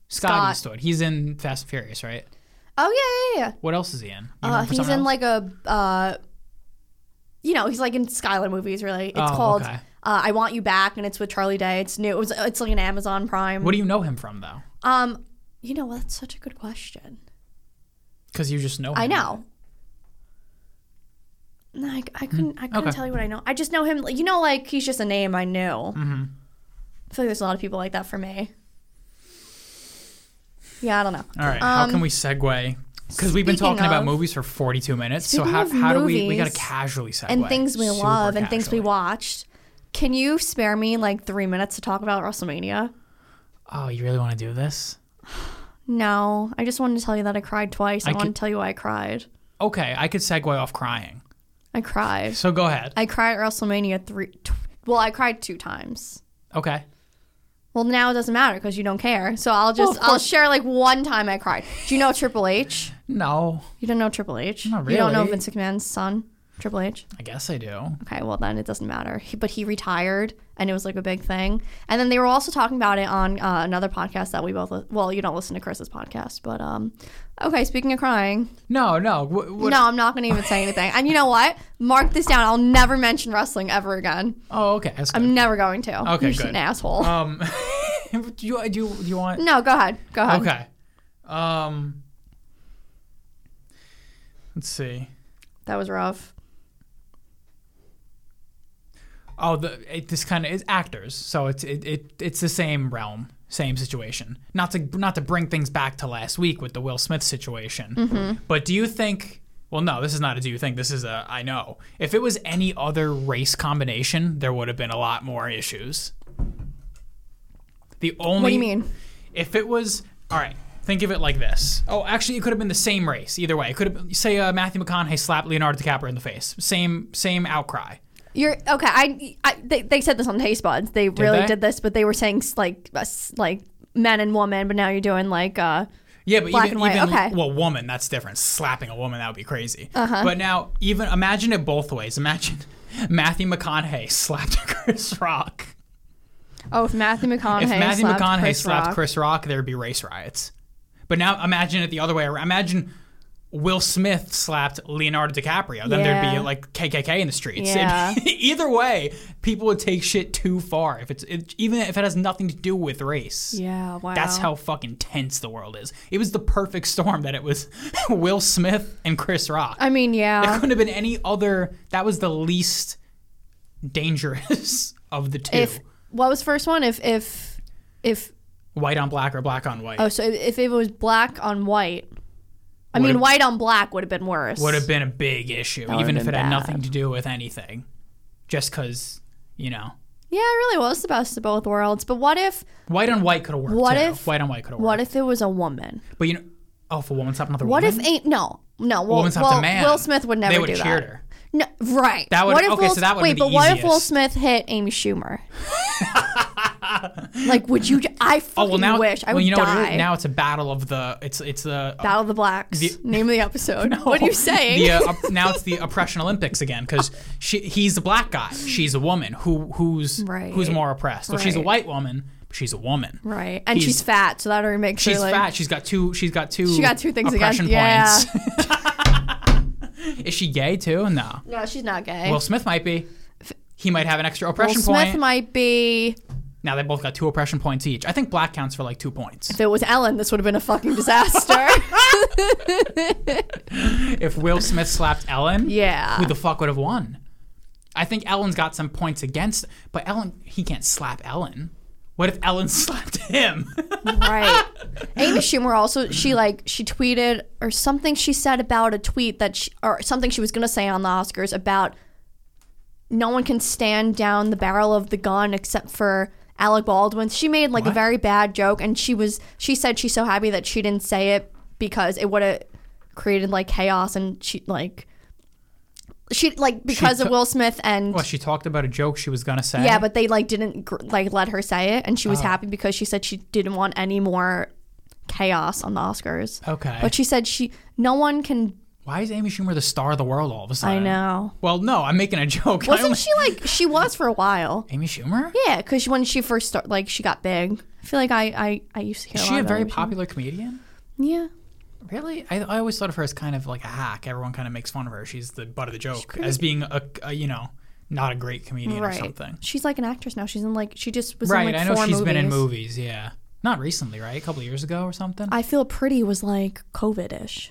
S1: Scott,
S2: Scott.
S1: Eastwood. He's in Fast and Furious, right?
S2: Oh yeah, yeah, yeah.
S1: What else is he in? You know
S2: Uh,
S1: him for
S2: he's in
S1: something else?
S2: like a, uh, you know, he's like in Skylar movies. Really, it's
S1: Oh,
S2: called
S1: okay.
S2: uh, "I Want You Back," and it's with Charlie Day. It's new. It was, it's like an Amazon Prime.
S1: What do you know him from, though?
S2: um, you know, that's such a good question.
S1: Because you just know him.
S2: I know. No, I, I couldn't. I couldn't
S1: Okay.
S2: tell you what I know. I just know him. like, You know, like he's just a name I knew. Mm-hmm. I feel like there's a lot of people like that for me. Yeah, I don't know.
S1: All right, how
S2: Um,
S1: can we segue? Because we've been
S2: speaking
S1: talking about
S2: of-
S1: movies for 42 minutes, so
S2: Speaking
S1: how,
S2: of
S1: how do we we
S2: movies
S1: got to casually segue
S2: and things we
S1: Super
S2: love and things we
S1: casually.
S2: watched. Can you spare me like three minutes to talk about WrestleMania?
S1: Oh, you really want to do this?
S2: No, I just wanted to tell you that I cried twice. I,
S1: I
S2: want
S1: could-
S2: to tell you why I cried.
S1: Okay, I could segue off crying.
S2: I cried.
S1: So go ahead.
S2: I cried at WrestleMania three. T- well, I cried two times.
S1: Okay.
S2: Well, now it doesn't matter because you don't care. So I'll just
S1: of
S2: I'll
S1: course.
S2: share like one time I cried. Do you know Triple H?
S1: No,
S2: You don't know Triple H.
S1: Not
S2: You don't know
S1: really.
S2: Vince McMahon's son, Triple H.
S1: I guess I do.
S2: Okay, well then it doesn't matter. He, but he retired, and it was like a big thing. And then they were also talking about it on uh, another podcast that we both. Li- well, you don't listen to Chris's podcast, but um, okay. Speaking of crying,
S1: No, no. What, what,
S2: no, I'm not going to even say anything. And you know what? Mark this down. I'll never mention wrestling ever again.
S1: Oh, okay. That's good.
S2: I'm never going to.
S1: Okay,
S2: You're just
S1: good.
S2: an asshole.
S1: um, do you do you, do you want?
S2: no, go ahead. Go ahead.
S1: Okay. Um. Let's see.
S2: That was rough.
S1: Oh, the it, this kind of is actors, so it's it, it it's the same realm, same situation. Not to not to bring things back to last week with the Will Smith situation,
S2: Mm-hmm.
S1: but do you think? Well, no, this is not a do you think. This is a I know. If it was any other race combination, there would have been a lot more issues. The only
S2: What do you mean?
S1: if it was all right think of it like this oh actually it could have been the same race either way it could have been say uh, matthew mcconaughey slapped leonardo dicaprio in the face same same outcry
S2: You're okay. I, I they, they said this on Taste Buds. They really
S1: they?
S2: did this, but they were saying like us- like men and woman. But now you're doing like uh,
S1: yeah but
S2: Black
S1: even,
S2: and white,
S1: even
S2: okay. Uh-huh.
S1: well woman that's different slapping a woman that would be crazy but now even imagine it both ways imagine matthew mcconaughey slapped chris rock
S2: oh, if Matthew McConaughey
S1: if matthew
S2: slapped
S1: mcconaughey
S2: Chris
S1: slapped
S2: Rock.
S1: chris rock there'd be race riots but now imagine it the other way around imagine Will Smith slapped Leonardo DiCaprio, then there'd
S2: Yeah.
S1: be like KKK in the streets. It'd-
S2: Yeah.
S1: either way, people would take shit too far if it's it, even if it has nothing to do with race.
S2: Yeah, wow.
S1: That's how fucking tense the world is. It was the perfect storm that it was Will Smith and Chris Rock.
S2: I mean,
S1: there
S2: yeah.
S1: couldn't have been any other. That was the least dangerous of the two.
S2: If what was the first one? If if if
S1: white on black or black on white
S2: oh, so if it was black on white, I
S1: Would've-
S2: mean, white on black would have been worse.
S1: would have been a big issue,
S2: would've
S1: even if it
S2: been
S1: had
S2: bad.
S1: nothing to do with anything. Just because, you know,
S2: Yeah, it really was the best of both worlds. But what if
S1: white on white could have worked.
S2: What
S1: too.
S2: if-
S1: white on white could have
S2: what
S1: worked?
S2: if it was a woman?
S1: But you know, oh, if a woman slapped another
S2: What
S1: woman,
S2: if ain't no no well,
S1: woman slapped
S2: well,
S1: a man,
S2: Will Smith would never
S1: they would
S2: do
S1: cheer
S2: that.
S1: her.
S2: No, right.
S1: That would-
S2: what if
S1: okay,
S2: Will,
S1: so that would've
S2: wait,
S1: been
S2: but
S1: the
S2: what if Will
S1: easiest.
S2: Smith hit Amy Schumer? like, would you? I fucking
S1: Oh well, now
S2: wish I
S1: well,
S2: would
S1: you know
S2: die.
S1: what? It is? Now it's a battle of the. It's it's the.
S2: Battle of the Blacks. name of the episode. what are you saying?
S1: The, uh, op- now it's the oppression Olympics again because he's a black guy, she's a woman who who's
S2: Right.
S1: who's more oppressed. Well, she's a
S2: Right.
S1: white woman, but she's a woman.
S2: right, and
S1: He's-
S2: she's fat, so that already makes
S1: She's
S2: her like
S1: fat. She's got two. She's got two.
S2: she got two things
S1: oppression
S2: against. Yeah.
S1: points. Is she gay too? No.
S2: No, she's not gay.
S1: Will Smith might be. He might have an extra
S2: Will
S1: oppression
S2: Smith
S1: point.
S2: might be.
S1: now they both got two oppression points each. I think black counts for like two points.
S2: If it was Ellen, this would have been a fucking disaster.
S1: if Will Smith slapped Ellen,
S2: Yeah.
S1: who the fuck would have won? I think Ellen's got some points against, but Ellen he can't slap Ellen. What if Ellen slapped him?
S2: right. Amy Schumer also she like she tweeted or something she said about a tweet that she, or something she was gonna say on the Oscars about no one can stand down the barrel of the gun except for Alec Baldwin. She made like a
S1: What?
S2: very bad joke and she was she said she's so happy that she didn't say it because it would have created like chaos and she like she like because of
S1: took-
S2: Will Smith and
S1: well, she talked about a joke she was gonna say.
S2: yeah, but they like didn't gr- like let her say it, and she was
S1: Oh.
S2: happy because she said she didn't want any more chaos on the Oscars.
S1: Okay.
S2: But she said she no one can.
S1: why is Amy Schumer the star of the world all of a
S2: I
S1: sudden?
S2: know.
S1: Well, no, I'm making a joke. I
S2: Wasn't
S1: only-
S2: she like she was for a while?
S1: Amy Schumer?
S2: Yeah, because when she first started, like she got big. I feel like I I, I used to hear.
S1: Is
S2: a
S1: she
S2: lot
S1: a
S2: about
S1: very
S2: her.
S1: popular comedian?
S2: Yeah,
S1: Really? I, I always thought of her as kind of like a hack. Everyone kind of makes fun of her. She's the butt of the joke as being a, a you know not a great comedian or
S2: right.
S1: something.
S2: She's like an actress now. She's in like she just was
S1: Right.
S2: In, like,
S1: I know
S2: four
S1: she's been in
S2: movies.
S1: movies. Yeah. Not recently, right? A couple of years ago or something.
S2: I feel pretty was like COVID ish,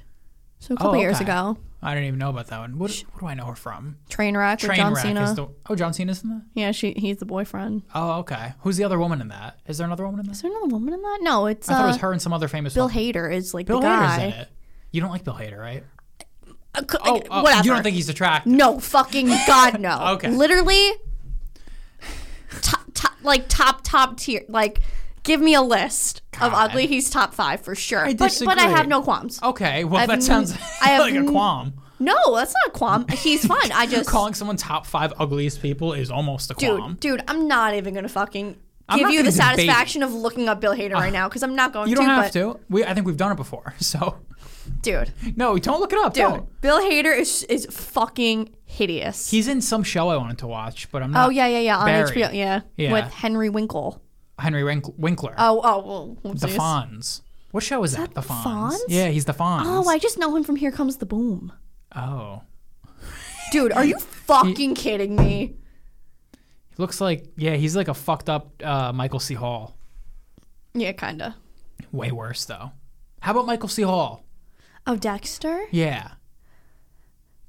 S2: so a couple years
S1: Oh, okay.
S2: ago.
S1: I don't even know about that one. What, what do I know her from?
S2: Trainwreck with John
S1: Trainwreck
S2: Cena.
S1: is the. Oh, John Cena's in that.
S2: yeah, she he's the boyfriend.
S1: Oh, okay. Who's the other woman in that? Is there another woman in that?
S2: Is there another woman in that? No, it's
S1: I thought it
S2: uh,
S1: was her and some other famous.
S2: Bill
S1: woman.
S2: Hader is like
S1: Bill
S2: the guy.
S1: Hader's in it. You don't like Bill Hader, right?
S2: Uh, c-
S1: Oh,
S2: like,
S1: oh,
S2: whatever.
S1: you don't think he's attractive?
S2: no fucking god no.
S1: Okay.
S2: Literally, top, top, like top top tier. Like, give me a list of
S1: God.
S2: ugly. He's top five for sure.
S1: I
S2: but but I
S1: disagree. Oh.
S2: have no qualms.
S1: Okay. Well,
S2: I've
S1: that
S2: n-
S1: sounds
S2: I have
S1: like a
S2: n-
S1: qualm.
S2: No, that's not a qualm. He's fun. I just
S1: Calling someone top five ugliest people is almost a
S2: dude
S1: qualm.
S2: dude. I'm not even gonna fucking
S1: I'm
S2: give
S1: not
S2: you the
S1: gonna debate.
S2: satisfaction of looking up Bill Hader right now because I'm not going
S1: you don't
S2: to.
S1: have
S2: but,
S1: to. We, I think we've done it before. So
S2: dude.
S1: no, don't look it up.
S2: Dude,
S1: Don't.
S2: Bill Hader is is fucking hideous.
S1: He's in some show I wanted to watch, but I'm not.
S2: oh yeah, yeah, yeah. On
S1: Uh, Barry.
S2: HBO, yeah,
S1: Yeah.
S2: with Henry Winkle.
S1: Henry Winkler. Winkler.
S2: Oh, oh, well,
S1: The
S2: whoopsies.
S1: Fonz. What show is that? The Fonz.
S2: Fonz?
S1: Yeah, he's the Fonz.
S2: Oh, I just know him from Here Comes the Boom.
S1: Oh.
S2: Dude, are you fucking kidding me?
S1: He looks like yeah, he's like a fucked up uh, Michael C. Hall.
S2: Yeah, kinda.
S1: Way worse though. How about Michael C. Hall?
S2: Oh, Dexter.
S1: Yeah.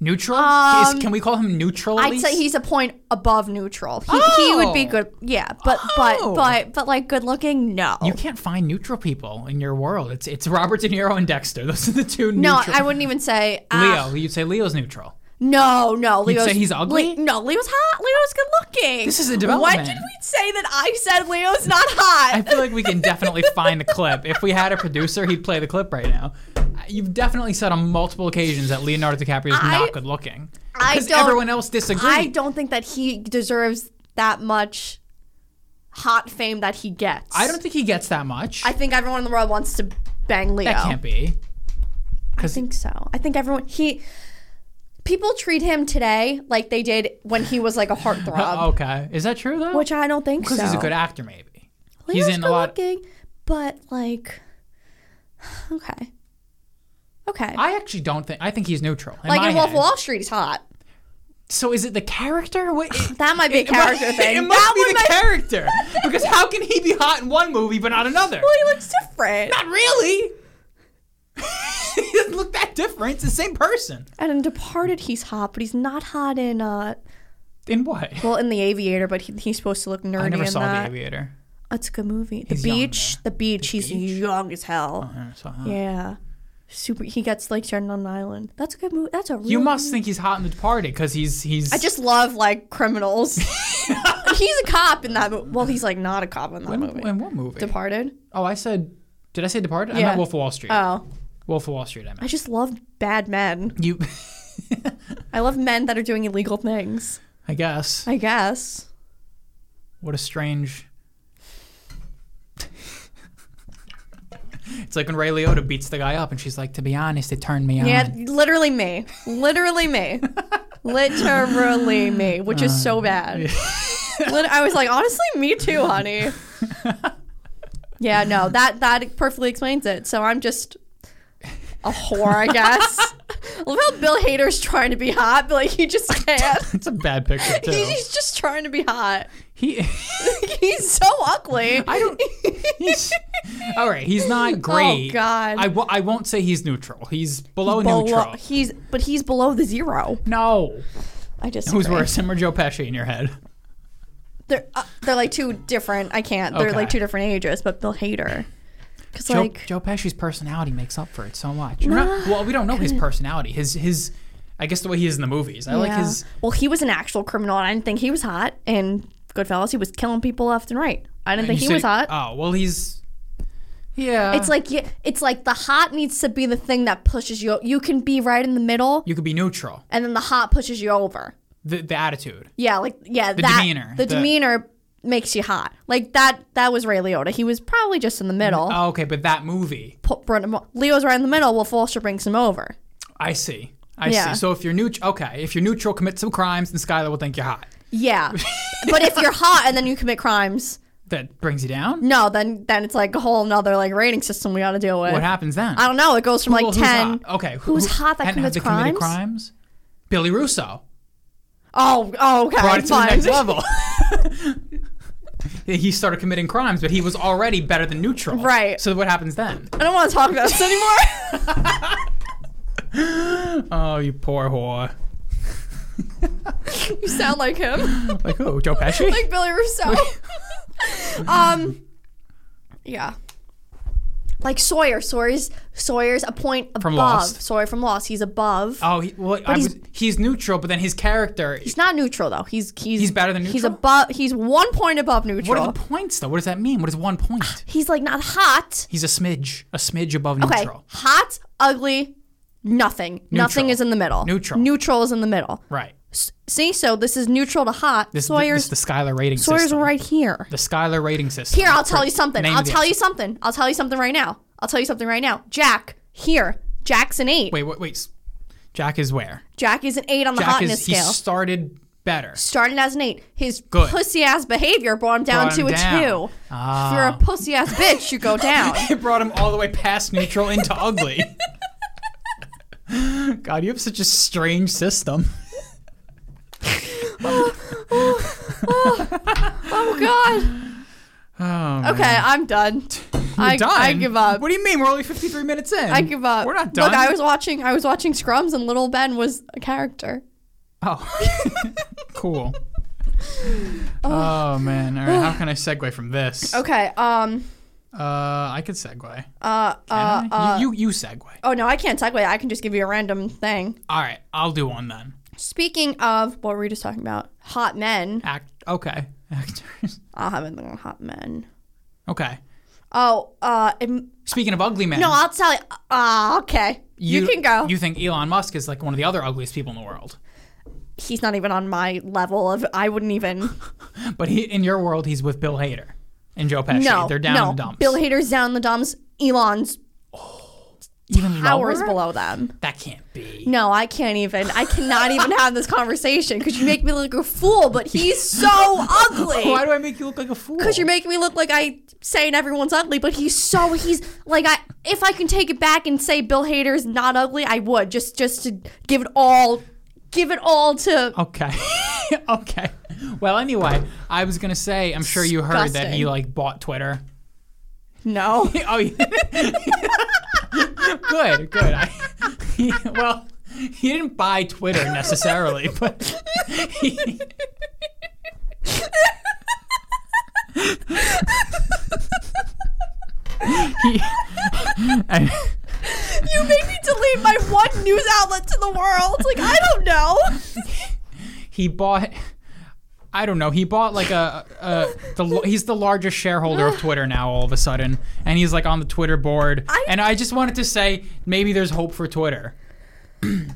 S1: Neutral?
S2: Um,
S1: Is- can we call him neutral? At
S2: I'd
S1: least?
S2: say he's a point above neutral. He, he would be
S1: Oh.
S2: good. Yeah, but
S1: Oh.
S2: but but but like good looking. No,
S1: You can't find neutral people in your world. It's it's Robert De Niro and Dexter. Those are the two
S2: no,
S1: neutral.
S2: I wouldn't even say ah,
S1: Leo. You'd say Leo's neutral.
S2: No, no, Leo's
S1: say he's ugly?
S2: Le- no, Leo's hot. Leo's good looking.
S1: This is a development.
S2: When did we say that? I said Leo's not hot.
S1: I feel like we can definitely find the clip. If we had a producer, he'd play the clip right now. You've definitely said on multiple occasions that Leonardo DiCaprio is
S2: I-
S1: not good looking.
S2: I
S1: Because
S2: don't-
S1: everyone else disagreed.
S2: I don't think that he deserves that much hot fame that he gets.
S1: I don't think he gets that much.
S2: I think everyone in the world wants to bang Leo.
S1: that can't be.
S2: I think so. I think everyone he people treat him today like they did when he was like a heartthrob,
S1: okay, is that true though?
S2: Um, which I don't think so.
S1: Because he's a good actor, maybe.
S2: Leo's
S1: he's in a lot.
S2: good-looking, but like, okay, Okay.
S1: I actually don't think. I think he's neutral. In
S2: like
S1: my
S2: in Wolf of
S1: head.
S2: Wall Street, he's hot.
S1: So is it the character? What,
S2: That might be a character thing.
S1: It must
S2: that
S1: be
S2: one
S1: the
S2: might-
S1: character because how can he be hot in one movie but not another?
S2: Well, he looks different.
S1: Not really. he doesn't look that different. It's the same person.
S2: And in Departed, he's hot, but he's not hot in uh,
S1: In what?
S2: well, in The Aviator, but he, he's supposed to look nerdy
S1: I never
S2: in
S1: saw
S2: that.
S1: The Aviator.
S2: It's a good movie. The
S1: He's young,
S2: beach, the beach. he's young as hell.
S1: I never saw that.
S2: Yeah, super. He gets like stranded on an island. That's a good movie. That's a real.
S1: You must think he's hot in The Departed because he's he's.
S2: I just love like criminals. he's a cop in that movie. Well, he's like not a cop in that
S1: in,
S2: movie.
S1: in what movie?
S2: Departed.
S1: oh, I said. Did I say Departed? I
S2: Yeah.
S1: meant Wolf of Wall Street.
S2: Oh,
S1: Wolf of Wall Street. I meant
S2: I just love bad men.
S1: you.
S2: I love men that are doing illegal things.
S1: I guess.
S2: I guess.
S1: What a strange. it's like when Ray Liotta beats the guy up, and she's like, "To be honest, it turned me
S2: Yeah,
S1: on."
S2: literally me. Literally me. literally me, which is
S1: Uh,
S2: so bad. Lit- I was like, honestly, me too, honey. yeah, no, that that perfectly explains it. So I'm just a whore, I guess. I Love how Bill Hader's trying to be hot, but like he just can't.
S1: It's a bad picture too.
S2: He's, he's just trying to be hot.
S1: he,
S2: he's so ugly.
S1: I don't. He's, all right, he's not great.
S2: Oh, God.
S1: I, w- I won't say he's neutral. He's below
S2: Below,
S1: neutral.
S2: he's but he's below the zero.
S1: No.
S2: I just
S1: Who's worse, him or Joe Pesci in your head?
S2: They're uh, they're like two different. I can't. They're
S1: Okay.
S2: like two different ages, but Bill Hader. Because like
S1: Joe, Joe Pesci's personality makes up for it so much. We're not- well, we don't know his personality. His his, I guess the way he is in the movies. I like
S2: yeah.
S1: his.
S2: Well, he was an actual criminal. And I didn't think he was hot. And Goodfellas, he was killing people left and right. I didn't think
S1: you
S2: he
S1: said-
S2: was hot.
S1: Oh well, he's. Yeah.
S2: it's like you, it's like the hot needs to be the thing that pushes you. You can be right in the middle,
S1: you could be neutral.
S2: and then the hot pushes you over.
S1: The the attitude.
S2: Yeah, like yeah, the that,
S1: demeanor,
S2: The,
S1: the-
S2: demeanor makes you hot. Like that. That was Ray Liotta. He was probably just in the middle.
S1: Oh, okay, but that movie,
S2: Put- brought him- Leo's right in the middle. Well, Foster brings him over.
S1: I see. I
S2: Yeah.
S1: see. So if you're neutral, okay, if you're neutral, commit some crimes, then Skylar will think you're hot.
S2: Yeah. but if you're hot and then you commit crimes,
S1: That brings you down.
S2: no, then then it's like a whole nother like rating system we gotta deal with.
S1: What happens then?
S2: I don't know. It goes from like
S1: Well, who's
S2: ten.
S1: hot? Okay, who-
S2: who's
S1: who-
S2: hot
S1: and
S2: that
S1: have
S2: commits
S1: they committed
S2: crimes?
S1: crimes? Billy Russo
S2: Oh, oh, okay.
S1: brought it to the
S2: fine.
S1: next level. he started committing crimes, but he was already better than neutral.
S2: Right.
S1: So what happens then?
S2: I don't want to talk about this anymore.
S1: Oh, you poor whore.
S2: you sound like him,
S1: Like who? Joe Pesci?
S2: like Billy Rousseau. um, yeah. Like Sawyer. Sawyer's Sawyer's a point above.
S1: From Lost.
S2: Sawyer from Lost. He's above.
S1: oh, he, well, I
S2: he's-
S1: was, he's neutral, but then his character.
S2: he's not neutral though. He's he's
S1: He's better than
S2: He's
S1: neutral?
S2: above. He's one point above neutral.
S1: What are the points though? What does that mean? What is one point?
S2: he's like not hot.
S1: He's a smidge, a smidge above
S2: Okay.
S1: neutral.
S2: Hot, ugly, nothing. Nothing is in the middle.
S1: Neutral.
S2: Neutral is in the middle.
S1: Right.
S2: S- See, so this is neutral to hot.
S1: This,
S2: Sawyer's
S1: Sawyer's, this is the Skylar rating
S2: Sawyer's
S1: system.
S2: right here.
S1: The Skylar rating system.
S2: Here, I'll tell you something.
S1: name
S2: I'll
S1: the-
S2: tell you something. I'll tell you something right now. I'll tell you something right now. Jack here. Jack's an eight.
S1: Wait, wait, wait. S- Jack is where?
S2: Jack is an eight on the
S1: Jack
S2: hotness
S1: is. He
S2: scale.
S1: started better.
S2: Started as an eight. His
S1: Good.
S2: pussy ass behavior brought him down
S1: Brought
S2: to
S1: him
S2: a
S1: down. Ah.
S2: two. If you're a pussy ass bitch, you go down.
S1: It brought him all the way past neutral into ugly. God, you have such a strange system.
S2: oh God.
S1: Oh,
S2: Okay, I'm done. I,
S1: done.
S2: I give up.
S1: What do you mean? We're only 53 minutes in.
S2: I give up.
S1: We're not done.
S2: Look, I was watching. I was watching Scrums, and Little Ben was a character.
S1: Oh, cool. Oh. man! All right, how can I segue from this?
S2: Okay. Um.
S1: Uh, I could segue.
S2: Uh. Uh.
S1: Can I? you, you you segue.
S2: Oh no, I can't segue. I can just give you a random thing.
S1: All right, I'll do one then.
S2: Speaking of what were we just talking about? Hot men.
S1: Act. Okay. Actors.
S2: I'll have anything on hot men.
S1: Okay.
S2: Oh. Uh. im-
S1: Speaking of ugly men,
S2: no, I'll tell you. Ah. okay. You, can go.
S1: You think Elon Musk is like one of the other ugliest people in the world,
S2: He's not even on my level of. I wouldn't even.
S1: but he, in your world, he's with Bill Hader and Joe Pesci.
S2: No.
S1: They're down
S2: no.
S1: in the dumps.
S2: Bill Hader's down in the dumps. Elon's.
S1: even
S2: hours
S1: lower?
S2: below them.
S1: That can't be.
S2: No, I can't even. I cannot even have this conversation because you make me look like a fool. But he's so ugly.
S1: Why do I make you look like a fool?
S2: Because you're making me look like I saying everyone's ugly, but he's so he's like I. If I can take it back and say Bill Hader is not ugly, I would just just to give it all, give it all to.
S1: Okay. okay. Well, anyway, I was gonna say, I'm sure you heard that he
S2: Disgusting.
S1: like bought Twitter.
S2: No,
S1: oh, yeah. good, good. I, well, he didn't buy Twitter necessarily, but he- He- I-
S2: you made me delete my one news outlet to the world. Like I don't know.
S1: he bought I don't know. He bought like a, a the l- he's the largest shareholder of Twitter now all of a sudden and he's like on the Twitter board.
S2: I-
S1: and I just wanted to say maybe there's hope for Twitter.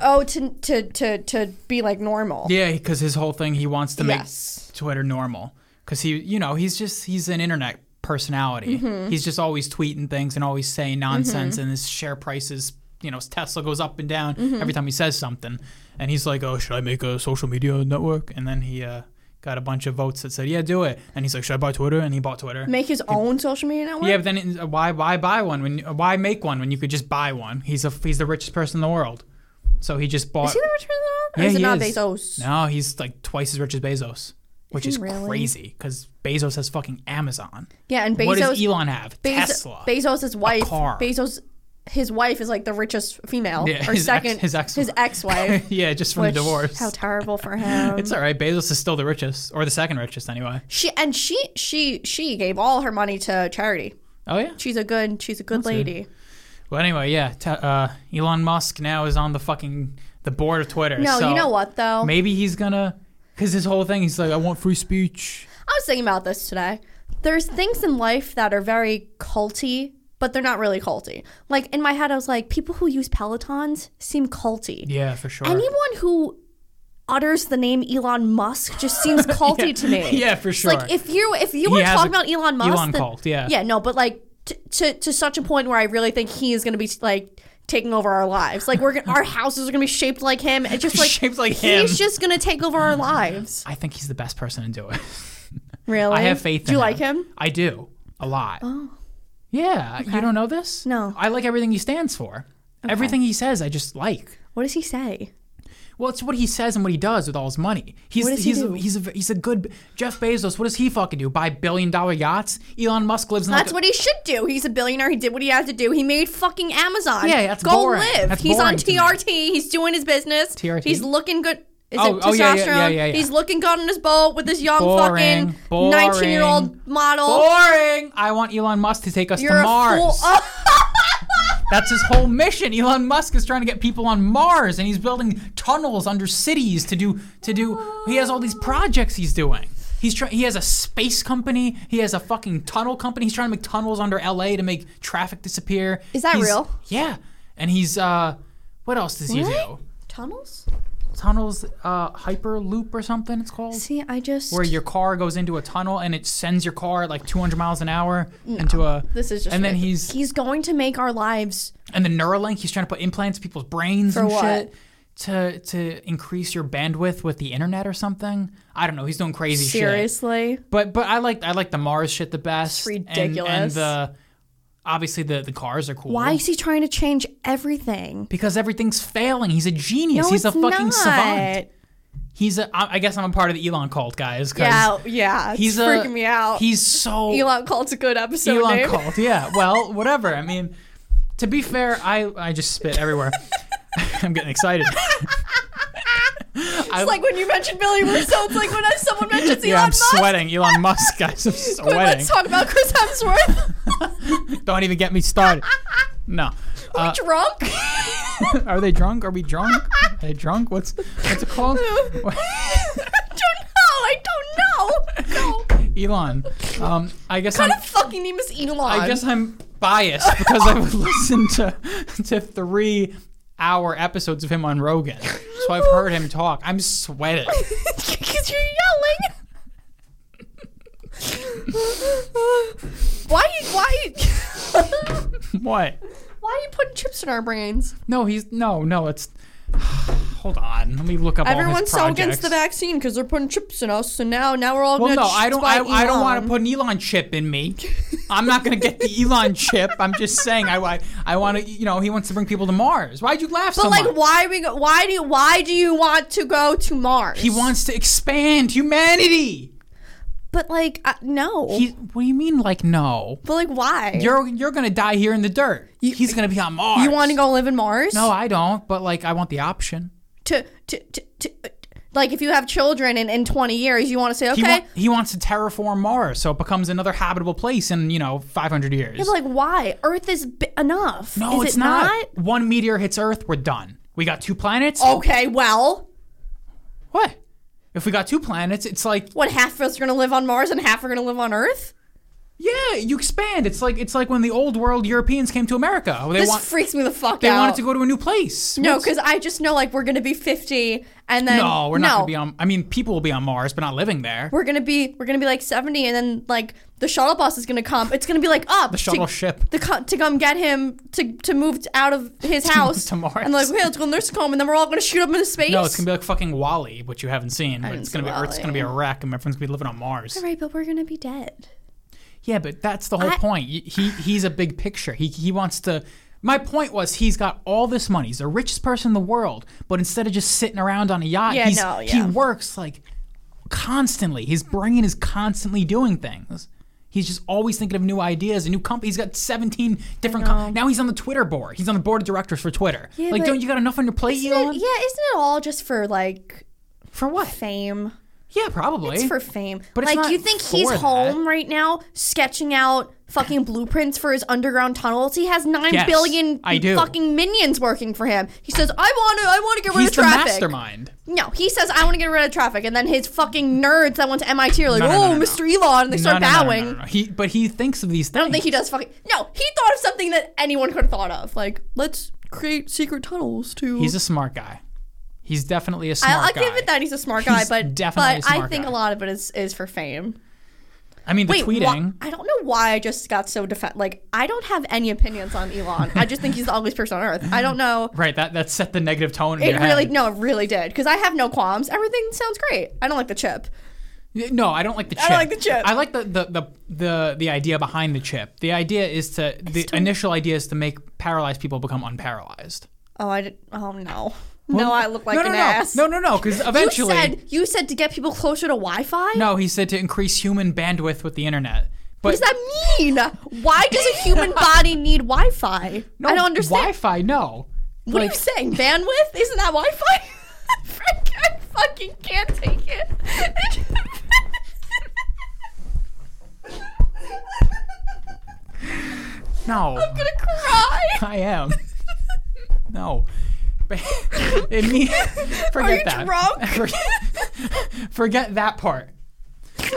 S2: Oh, to to to to be like normal.
S1: Yeah, because his whole thing he wants to
S2: Yes.
S1: make Twitter normal because he, you know, he's just he's an internet personality.
S2: Mm-hmm.
S1: He's just always tweeting things and always saying nonsense, and his share prices, you know, Tesla goes up and down
S2: Mm-hmm.
S1: every time he says something, and he's like, "Oh, should I make a social media network?" And then he uh, got a bunch of votes that said, "Yeah, do it," and he's like, "Should I buy Twitter?" And he bought Twitter.
S2: Make his own social media network.
S1: yeah, but then it, why why buy one when why make one when you could just buy one? He's a he's the richest person in the world, so he just bought.
S2: Is he the return of the
S1: Yeah,
S2: Or is it
S1: he
S2: not
S1: is.
S2: Bezos?
S1: No, he's like twice as rich as Bezos, which
S2: he
S1: is
S2: really?
S1: crazy because Bezos has fucking Amazon.
S2: Yeah, and Bezos.
S1: what does Elon have?
S2: Bezo-
S1: Tesla.
S2: Bezos' wife.
S1: car.
S2: Bezos, his wife is like the richest female
S1: Yeah,
S2: or
S1: his ex-
S2: second.
S1: his ex-
S2: wife
S1: yeah, just from
S2: Which,
S1: the divorce.
S2: How terrible for him.
S1: it's all right. Bezos is still the richest, or the second richest anyway.
S2: she and she she she gave all her money to charity.
S1: Oh yeah.
S2: She's a good she's a good lady.
S1: Well, anyway, yeah. Te- uh, Elon Musk now is on the fucking the board of Twitter.
S2: No,
S1: so
S2: you know what though?
S1: Maybe he's gonna, cause his whole thing. He's like, I want free speech.
S2: I was thinking about this today. There's things in life that are very culty, but they're not really culty. Like in my head, I was like, people who use Pelotons seem culty.
S1: Yeah, for sure.
S2: Anyone who utters the name Elon Musk just seems culty to me.
S1: yeah, for
S2: It's
S1: sure.
S2: Like if you if
S1: He
S2: you were
S1: has
S2: talking
S1: a-
S2: about Elon Musk,
S1: Elon
S2: then-
S1: cult, yeah.
S2: yeah, no, but like t- to to such a point where I really think he is going to be like taking over our lives. Like we're gonna, our houses are going to be shaped like him. It's just like
S1: Shaped like him.
S2: He's just going to take over our lives.
S1: I think he's the best person to do it.
S2: Really,
S1: I have faith.
S2: Do you
S1: in
S2: like him?
S1: I do a lot. Oh, yeah. You don't know this?
S2: No.
S1: I like everything he stands for. Everything he says, I just like.
S2: What does he say?
S1: Well, it's what he says and what he does with all his money. He's
S2: What does he
S1: he's
S2: do?
S1: A, he's a he's a good Jeff Bezos. What does he fucking do? Buy billion dollar yachts? Elon Musk lives in
S2: That's
S1: like
S2: what he should do. He's a billionaire. He did what he had to do. He made fucking Amazon.
S1: Yeah, that's
S2: go
S1: boring.
S2: live.
S1: That's
S2: he's
S1: boring
S2: on
S1: to me.
S2: TRT. He's doing his business.
S1: TRT?
S2: He's looking good. Is
S1: Oh,
S2: it testosterone?
S1: oh, yeah, yeah, yeah, yeah, yeah.
S2: He's looking good on his boat with this young
S1: Boring.
S2: fucking nineteen-year-old model.
S1: a, boring. I want Elon Musk to take us
S2: You're
S1: to
S2: a
S1: Mars.
S2: fool. Oh,
S1: That's his whole mission. Elon Musk is trying to get people on Mars, and he's building tunnels under cities to do to do. He has all these projects he's doing. He's trying. He has a space company. He has a fucking tunnel company. He's trying to make tunnels under LA to make traffic disappear.
S2: Is that
S1: He's-
S2: real?
S1: Yeah. And he's uh, what else does he do?
S2: What? tunnels.
S1: Tunnels, uh, hyperloop or something. It's called
S2: See, I just
S1: where your car goes into a tunnel and it sends your car at like 200 miles an hour into a.
S2: this is just.
S1: And then
S2: ridiculous.
S1: he's
S2: he's going to make our lives.
S1: and the Neuralink, he's trying to put implants in people's brains
S2: For
S1: and
S2: what?
S1: shit to to increase your bandwidth with the internet or something. I don't know. He's doing crazy shit.
S2: Seriously,
S1: But but I like I like the Mars shit the best. And- And,
S2: ridiculous.
S1: the obviously the the cars are cool.
S2: why is he trying to change everything?
S1: Because everything's failing. He's a genius.
S2: No,
S1: he's a
S2: it's
S1: fucking
S2: not.
S1: savant. He's a. I I guess I'm a part of the Elon cult, guys. 'cause
S2: Yeah, yeah. It's
S1: He's a-
S2: freaking me out.
S1: He's so
S2: Elon cult's a good episode
S1: Elon
S2: name.
S1: cult. Yeah. Well, whatever. I mean, to be fair, I I just spit everywhere. I'm getting excited. I,
S2: It's like when you mentioned Billy Russo. It's like when I- someone mentions Elon
S1: yeah, I'm
S2: Musk.
S1: sweating. Elon Musk, guys, I'm
S2: But
S1: sweating.
S2: let's talk about Chris Hemsworth.
S1: Don't even get me started. No.
S2: Are
S1: Uh,
S2: we drunk?
S1: are they drunk? Are we drunk? Are they drunk? What's what's it called?
S2: I don't know. I don't know. No.
S1: Elon. Um, I guess
S2: What
S1: I'm.
S2: the fucking name is Elon?
S1: I guess I'm biased because I would listen to to three hour episodes of him on Rogan, so I've heard him talk. I'm sweating.
S2: because you're yelling. why? Why?
S1: What?
S2: Why are you putting chips in our brains?
S1: No, he's no, no. It's hold on. Let me look up. all
S2: Everyone's
S1: his
S2: so against
S1: projects.
S2: the vaccine because they're putting chips in us. So now, now we're all
S1: Well,
S2: gonna.
S1: no, I don't. I, I don't want to
S2: to
S1: put an Elon chip in me. I'm not going to get the Elon chip. I'm just saying. I I, I want to. You know, he wants to bring people to Mars. Why'd you laugh so
S2: But like,
S1: much?
S2: why we? Go, why do? you- Why do you want to go to Mars?
S1: he wants to expand humanity.
S2: But like, uh, no.
S1: He. What do you mean? Like no?
S2: but like, why?
S1: You're you're going to die here in the dirt. He's going to be on Mars.
S2: you want to go live in Mars?
S1: No, I don't. But like, I want the option.
S2: To to to. to like if you have children in, in 20 years you want to say okay
S1: He, wa- he wants to terraform Mars so it becomes another habitable place in you know 500 years.
S2: Yeah, but, like why earth is bi- enough
S1: no,
S2: Is
S1: it's
S2: it
S1: not. One meteor hits Earth, we're done. We got two planets.
S2: okay well
S1: What? If we got two planets, it's like
S2: what half of us are gonna live on mars and half are gonna live on earth
S1: yeah, you expand. It's like it's like when the old world Europeans came to America. They
S2: this
S1: want
S2: freaks me the fuck
S1: they
S2: out
S1: wanted to go to a new place.
S2: no
S1: What's-
S2: because i just know like we're gonna be 50 and then
S1: no, we're not
S2: no.
S1: gonna be on. I mean, people will be on Mars, but not living there.
S2: we're gonna be we're gonna be like 70 and then like the shuttle bus is gonna come it's gonna be like up
S1: The shuttle
S2: to,
S1: ship.
S2: the co- to come get him to to move t- out of his house
S1: to Mars.
S2: and like okay let's go nursing home and then we're all gonna shoot up into space
S1: No, it's gonna be like fucking Wally, which you haven't seen. But
S2: didn't
S1: it's gonna
S2: see
S1: be Earth's gonna be a wreck, and everyone's gonna be living on Mars.
S2: right but we're gonna be dead
S1: Yeah, but that's the whole
S2: I-
S1: point. Y- He he's a big picture. He he wants to. My point was he's got all this money. He's the richest person in the world, but instead of just sitting around on a yacht,
S2: Yeah,
S1: he's,
S2: no,
S1: he
S2: yeah.
S1: works like constantly. His brain is constantly doing things. He's just always thinking of new ideas and new companies. He's got 17 different com- Now he's on the Twitter board. He's on the board of directors for Twitter.
S2: Yeah,
S1: like,
S2: but
S1: don't you got enough on your plate,
S2: yeah
S1: Elon?
S2: isn't it all just for like
S1: For what?
S2: fame
S1: Yeah, probably.
S2: It's for fame.
S1: Eh? But it's
S2: like
S1: not
S2: you think he's
S1: for that.
S2: home right now sketching out fucking blueprints for his underground tunnels. He has nine
S1: Yes,
S2: billion
S1: I do.
S2: fucking minions working for him. He says, "I want to I want to get rid
S1: he's
S2: of
S1: the
S2: traffic."
S1: mastermind.
S2: No, he says, "I want to get rid of traffic." And then his fucking nerds that went to MIT are like,
S1: No, no,
S2: "Oh,
S1: no, no, no.
S2: Mr. Elon." And they start
S1: no, no, no,
S2: bowing.
S1: No, no, no. He, but he thinks of these things.
S2: I don't think he does fucking No, he thought of something that anyone could have thought of. Like, let's create secret tunnels to
S1: He's a smart guy. He's definitely a smart
S2: I, I'll
S1: guy.
S2: give it that he's a smart guy,
S1: He's
S2: but
S1: definitely a
S2: but I
S1: smart
S2: think
S1: guy.
S2: a lot of it is is for fame.
S1: I mean, the
S2: Wait, wha-
S1: tweeting.
S2: I don't know why I just got so defend. Like, I don't have any opinions on Elon. I just think he's the ugliest person on earth. I don't know.
S1: Right, that, that set the negative tone in
S2: It
S1: your
S2: really,
S1: head.
S2: no, it really did. Because I have no qualms. Everything sounds great. I don't like the chip.
S1: No, I don't like the chip.
S2: I don't like the chip.
S1: I like the the, the, the, the idea behind the chip. The idea is to the
S2: to-
S1: initial idea is to make paralyzed people become unparalyzed.
S2: Oh, I did. Oh no. no, I look like
S1: no, no,
S2: an
S1: no.
S2: ass.
S1: No, no, no, because
S2: You
S1: eventually
S2: said you said to get people closer to Wi-Fi.
S1: No, he said to increase human bandwidth with the internet. But
S2: What does that mean? Why does a human body need Wi-Fi?
S1: no,
S2: I don't understand.
S1: Wi-Fi, no.
S2: What are you saying? Bandwidth? Isn't that Wi Fi? Frank, I fucking can't take it.
S1: No.
S2: I'm gonna cry.
S1: I am. No. it means forget
S2: you
S1: that.
S2: drunk?
S1: Forget, forget that part.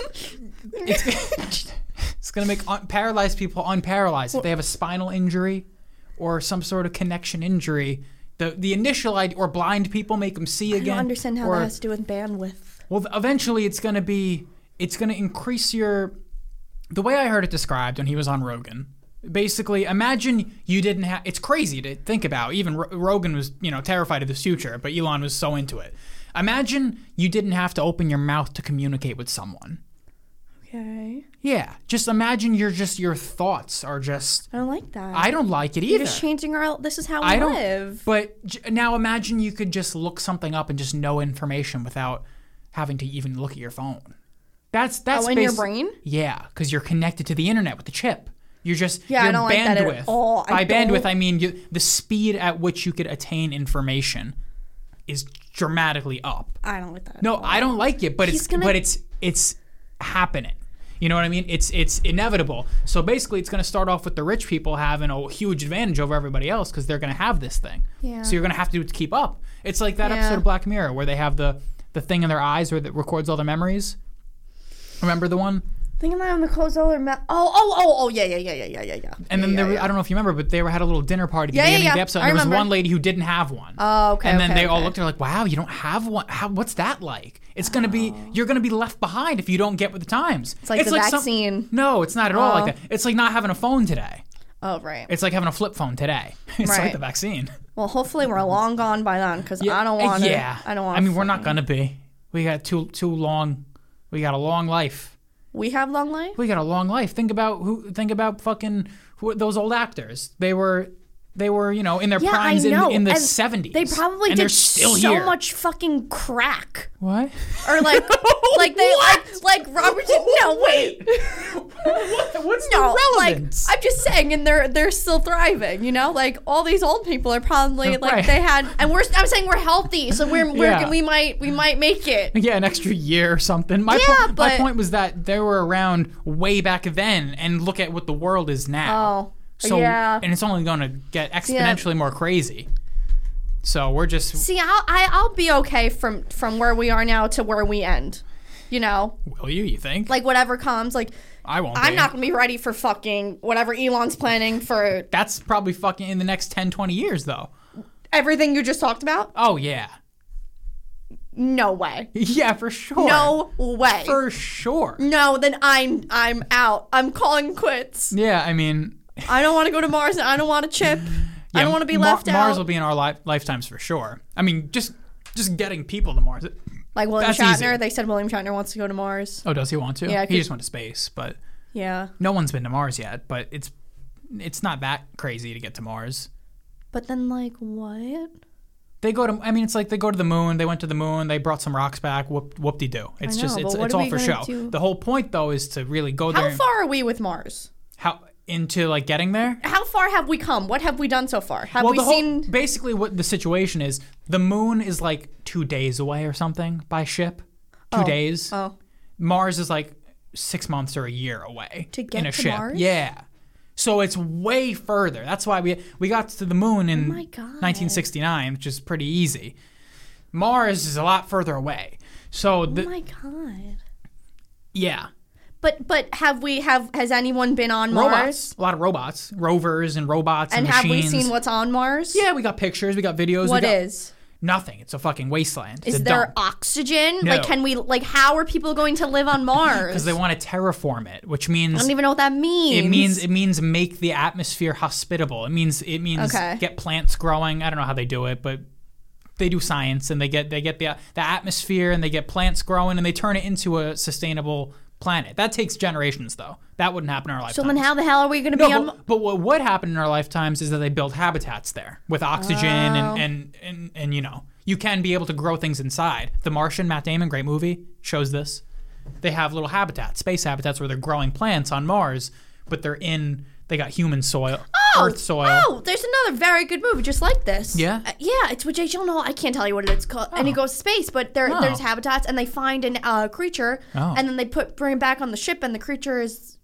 S1: It's, it's gonna make un- paralyzed people unparalyzed if they have a spinal injury or some sort of connection injury. The the initial idea or blind people make them see again.
S2: I don't understand how
S1: or,
S2: that has to do with bandwidth.
S1: well, th- eventually it's going to be it's going to increase your the way I heard it described when he was on Rogan. Basically, imagine you didn't have it's crazy to think about. Even Ro- Rogan was, you know, terrified of this future, but Elon was so into it. Imagine you didn't have to open your mouth to communicate with someone.
S2: Okay.
S1: Yeah, just imagine you're just your thoughts are just
S2: I don't like that.
S1: I don't like it
S2: You're
S1: either.
S2: just changing our. This is how we
S1: I don't
S2: live.
S1: But j- now imagine you could just look something up and just know information without having to even look at your phone. That's that's
S2: Oh, in your
S1: basi-
S2: brain?
S1: Yeah, because you're connected to the internet with the chip. You're just
S2: Yeah, I
S1: your
S2: don't like that
S1: bandwidth.
S2: at all.
S1: By
S2: I
S1: bandwidth,
S2: don't-
S1: I mean you, the speed at which you could attain information is dramatically up.
S2: I don't like that.
S1: No, I don't like it, but
S2: He's
S1: it's
S2: gonna-
S1: but it's it's happening. You know what I mean? It's it's inevitable. So basically, it's going to start off with the rich people having a huge advantage over everybody else because they're going to have this thing.
S2: Yeah.
S1: So you're going to have to do it to keep up. It's like that
S2: Yeah.
S1: episode of Black Mirror where they have the the thing in their eyes where that records all their memories. Remember the one?
S2: Thinking that on the closed older. Ma- oh, oh, oh, oh, yeah, yeah, yeah, yeah, yeah, yeah, yeah.
S1: And then
S2: yeah,
S1: there, were-
S2: yeah.
S1: I don't know if you remember, but they were, had a little dinner party at the
S2: Yeah, yeah,
S1: beginning of the
S2: yeah.
S1: episode.
S2: I
S1: And there was
S2: remember.
S1: one lady who didn't have one.
S2: Oh, okay,
S1: And then
S2: okay,
S1: they all
S2: okay.
S1: looked at her like, "Wow, you don't have one. How, what's that like? It's gonna be you're gonna be left behind if you don't get with the times." It's
S2: Oh. like the
S1: some-
S2: vaccine.
S1: no, it's not at all
S2: Oh.
S1: like that. It's like not having a phone today.
S2: Oh, right.
S1: It's like having a flip phone today. It's like
S2: Right.
S1: the vaccine.
S2: Well, hopefully we're long gone by then because I don't want to.
S1: Yeah.
S2: I don't want.
S1: I mean, we're not gonna be. We got too too long. We got a long life.
S2: We have long life.
S1: We got a long life. Think about who. Think about fucking who, those old actors. They were. They were, you know, in their
S2: Yeah,
S1: primes
S2: I
S1: in,
S2: know.
S1: in the
S2: And
S1: seventies.
S2: They probably
S1: and
S2: did
S1: they're still
S2: so
S1: here.
S2: much fucking crack
S1: What?
S2: or like like they like like Robert. De- no, wait.
S1: what? What's
S2: No,
S1: the
S2: like
S1: relevance?
S2: I'm just saying, and they're they're still thriving. You know, like all these old people are probably like
S1: Right.
S2: they had, and we're I'm saying we're healthy, so we're, we're
S1: Yeah.
S2: we might we might make it.
S1: yeah, an extra year or something. My,
S2: Yeah,
S1: po- my
S2: but-
S1: point was that they were around way back then, and look at what the world is now.
S2: Oh,
S1: So,
S2: yeah.
S1: and it's only going to get exponentially more crazy. So we're just,
S2: See, I'll I, I'll be okay from from where we are now to where we end. You know,
S1: will you? You think?
S2: like whatever comes. Like
S1: I won't.
S2: I'm
S1: be.
S2: not gonna be ready for fucking whatever Elon's planning for
S1: That's probably fucking in the next 10, 20 years, though.
S2: everything you just talked about.
S1: Oh yeah,
S2: No way.
S1: yeah, for sure.
S2: No way.
S1: for sure.
S2: no, then I'm I'm out. I'm calling quits.
S1: Yeah, I mean,
S2: I don't want to go to Mars and I don't want a chip. I
S1: yeah,
S2: don't want to be
S1: Mar-
S2: left
S1: Mars
S2: out.
S1: will be in our li- lifetimes for sure. I mean, just just getting people to Mars.
S2: like William
S1: That's
S2: Shatner,
S1: easy.
S2: they said William Shatner wants to go to Mars.
S1: Oh, does he want to?
S2: Yeah,
S1: he
S2: could-
S1: just went to space, but
S2: Yeah.
S1: no one's been to Mars yet. But it's it's not that crazy to get to Mars.
S2: But then like what?
S1: They go to. I mean, it's like they go to the moon. They went to the moon. They brought some rocks back. Whoop whoop de doo. It's
S2: know,
S1: just
S2: but
S1: it's
S2: what
S1: it's
S2: are
S1: all
S2: we
S1: for show.
S2: gonna do?
S1: The whole point though is to really go
S2: How
S1: there. and-
S2: far are we with Mars?
S1: how into like getting there?
S2: How far have we come? What have we done so far? Have
S1: Well,
S2: we
S1: the whole,
S2: seen
S1: basically what the situation is. The moon is like two days away or something by ship. Two
S2: Oh.
S1: days.
S2: Oh.
S1: Mars is like six months or a year away
S2: To get
S1: in a
S2: to
S1: ship.
S2: Mars?
S1: Yeah. So it's way further. That's why we we got to the moon in
S2: Oh my God.
S1: 1969, which is pretty easy. Mars is a lot further away. So the,
S2: Oh my god.
S1: yeah,
S2: But but have we have has anyone been on Mars?
S1: robots. A lot of robots, rovers, and robots and,
S2: And have we
S1: machines.
S2: seen what's on Mars?
S1: yeah, we got pictures, we got videos.
S2: What
S1: we got
S2: is?
S1: nothing? It's a fucking wasteland. It's
S2: Is
S1: a
S2: there
S1: dump.
S2: oxygen?
S1: No.
S2: Like can we like how are people going to live on Mars?
S1: because they want to terraform it, which means
S2: I don't even know what that means.
S1: it means it means make the atmosphere hospitable. It means it means
S2: Okay.
S1: get plants growing. I don't know how they do it, but they do science and they get they get the the atmosphere and they get plants growing and they turn it into a sustainable planet. That takes generations though. That wouldn't happen in our
S2: So
S1: lifetime.
S2: then how the hell are we gonna be
S1: no,
S2: on
S1: but, but what would happen in our lifetimes is that they build habitats there with oxygen
S2: Oh.
S1: and, and, and, and you know you can be able to grow things inside. The Martian, Matt Damon, great movie, shows this. They have little habitats, space habitats, where they're growing plants on Mars, but they're in they got human soil, Earth soil.
S2: Oh, there's another very good movie just like this.
S1: Yeah?
S2: Uh, yeah, it's with Jake Gyllenhaal. I can't tell you what it's called. And he goes to space, but there,
S1: Oh.
S2: there's habitats, and they find an uh, creature,
S1: Oh.
S2: and then they put bring it back on the ship, and the creature is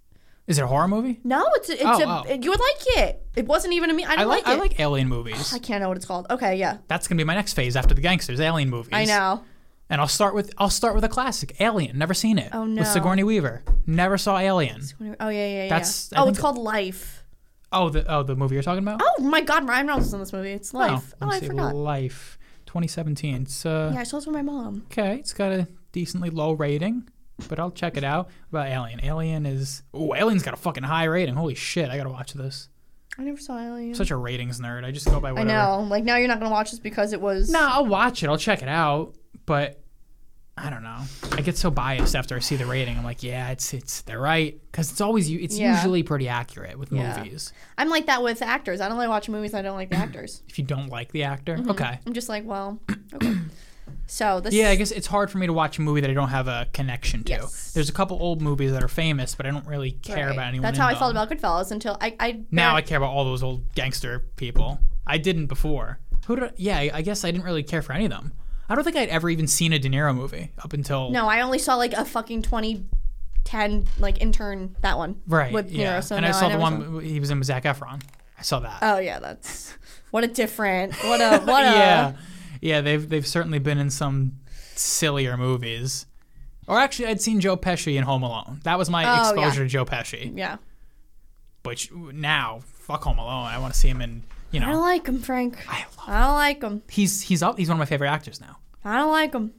S1: Is it a horror movie?
S2: no, it's a, it's
S1: Oh,
S2: a
S1: oh.
S2: you would like it. It wasn't even a me. I
S1: I
S2: don't
S1: like
S2: like,
S1: I
S2: it.
S1: like alien movies.
S2: I can't know what it's called. Okay, yeah,
S1: That's gonna be my next phase after the gangsters, alien movies.
S2: I know.
S1: And I'll start with I'll start with a classic, Alien. Never seen it.
S2: Oh,
S1: With
S2: no. Sigourney Weaver. Never saw Alien. Oh yeah, yeah, yeah.
S1: That's- I
S2: oh,
S1: think
S2: it's
S1: that-
S2: called Life.
S1: Oh the oh the movie you're talking about.
S2: Oh my God, Ryan Reynolds is in this movie. It's Life.
S1: Oh,
S2: Oh,
S1: let me
S2: I
S1: see.
S2: forgot.
S1: Life, 2017. It's uh,
S2: Yeah, I saw it with my mom.
S1: okay. It's got a decently low rating, but I'll check it out. What About Alien. Alien is oh, Alien's got a fucking high rating. Holy shit! I gotta watch this.
S2: I never saw Alien.
S1: I'm such a ratings nerd. I just go by
S2: I
S1: whatever.
S2: know. Like now, you're not gonna watch this because it was.
S1: No, I'll watch it. I'll check it out, but. I don't know. I get so biased after I see the rating. I'm like, yeah, it's it's they're right because it's always u- it's
S2: Yeah.
S1: usually pretty accurate with
S2: Yeah.
S1: movies.
S2: I'm like that with actors. I don't like watching movies. I don't like the actors.
S1: If you don't like the actor,
S2: Mm-hmm.
S1: okay,
S2: I'm just like, well, okay. So this.
S1: Yeah, I guess it's hard for me to watch a movie that I don't have a connection to.
S2: Yes.
S1: There's a couple old movies that are famous, but I don't really care
S2: right.
S1: about anyone.
S2: That's
S1: in
S2: how I
S1: them.
S2: felt about Goodfellas until I. I
S1: Now I care about all those old gangster people. I didn't before. Who did? I, yeah, I- I guess I didn't really care for any of them. I don't think I'd ever even seen a De Niro movie up until
S2: No, I only saw like a fucking 2010 like intern that one.
S1: right.
S2: With you
S1: yeah,
S2: know, so
S1: and
S2: no,
S1: I saw the
S2: never
S1: one he was in with Zac Efron. I saw that.
S2: Oh yeah, that's what a different. What a what a.
S1: yeah, yeah. They've they've certainly been in some sillier movies. Or actually, I'd seen Joe Pesci in Home Alone. That was my
S2: Oh, yeah.
S1: exposure to Joe Pesci.
S2: Yeah.
S1: But you- now, fuck Home Alone. I want to see him in, you
S2: I
S1: know.
S2: don't like him, Frank.
S1: I love.
S2: I don't like him.
S1: He's he's up. He's one of my favorite actors now.
S2: I don't like him.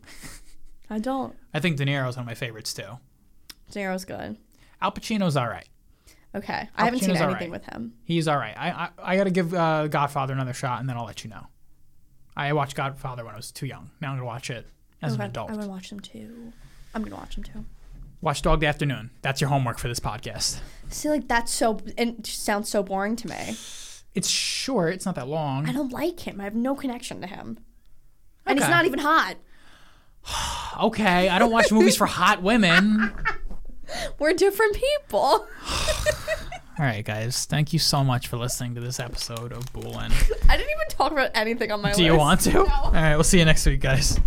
S2: I don't.
S1: I think De Niro's one of my favorites too.
S2: Zero's good.
S1: Al Pacino's all right.
S2: Okay. I haven't seen
S1: Pacino's all
S2: anything
S1: right.
S2: with him.
S1: He's all right. I I, I got to give uh, Godfather another shot, and then I'll let you know. I watched Godfather when I was too young. Now I'm gonna watch it as
S2: Okay.
S1: an adult.
S2: I'm gonna watch them too. I'm gonna watch them too.
S1: Watch Dog the Afternoon. That's your homework for this podcast.
S2: See, like that's so and it just sounds so boring to me.
S1: It's short. It's not that
S2: I
S1: long.
S2: don't like him. I have no connection to him, and he's
S1: Okay.
S2: not even hot.
S1: Okay, I don't watch movies for hot women.
S2: We're different people.
S1: All right, guys. Thank you so much for listening to this episode of Boolin.
S2: I didn't even talk about anything on my
S1: Do
S2: list.
S1: you want to?
S2: No.
S1: All right, we'll see you next week, guys.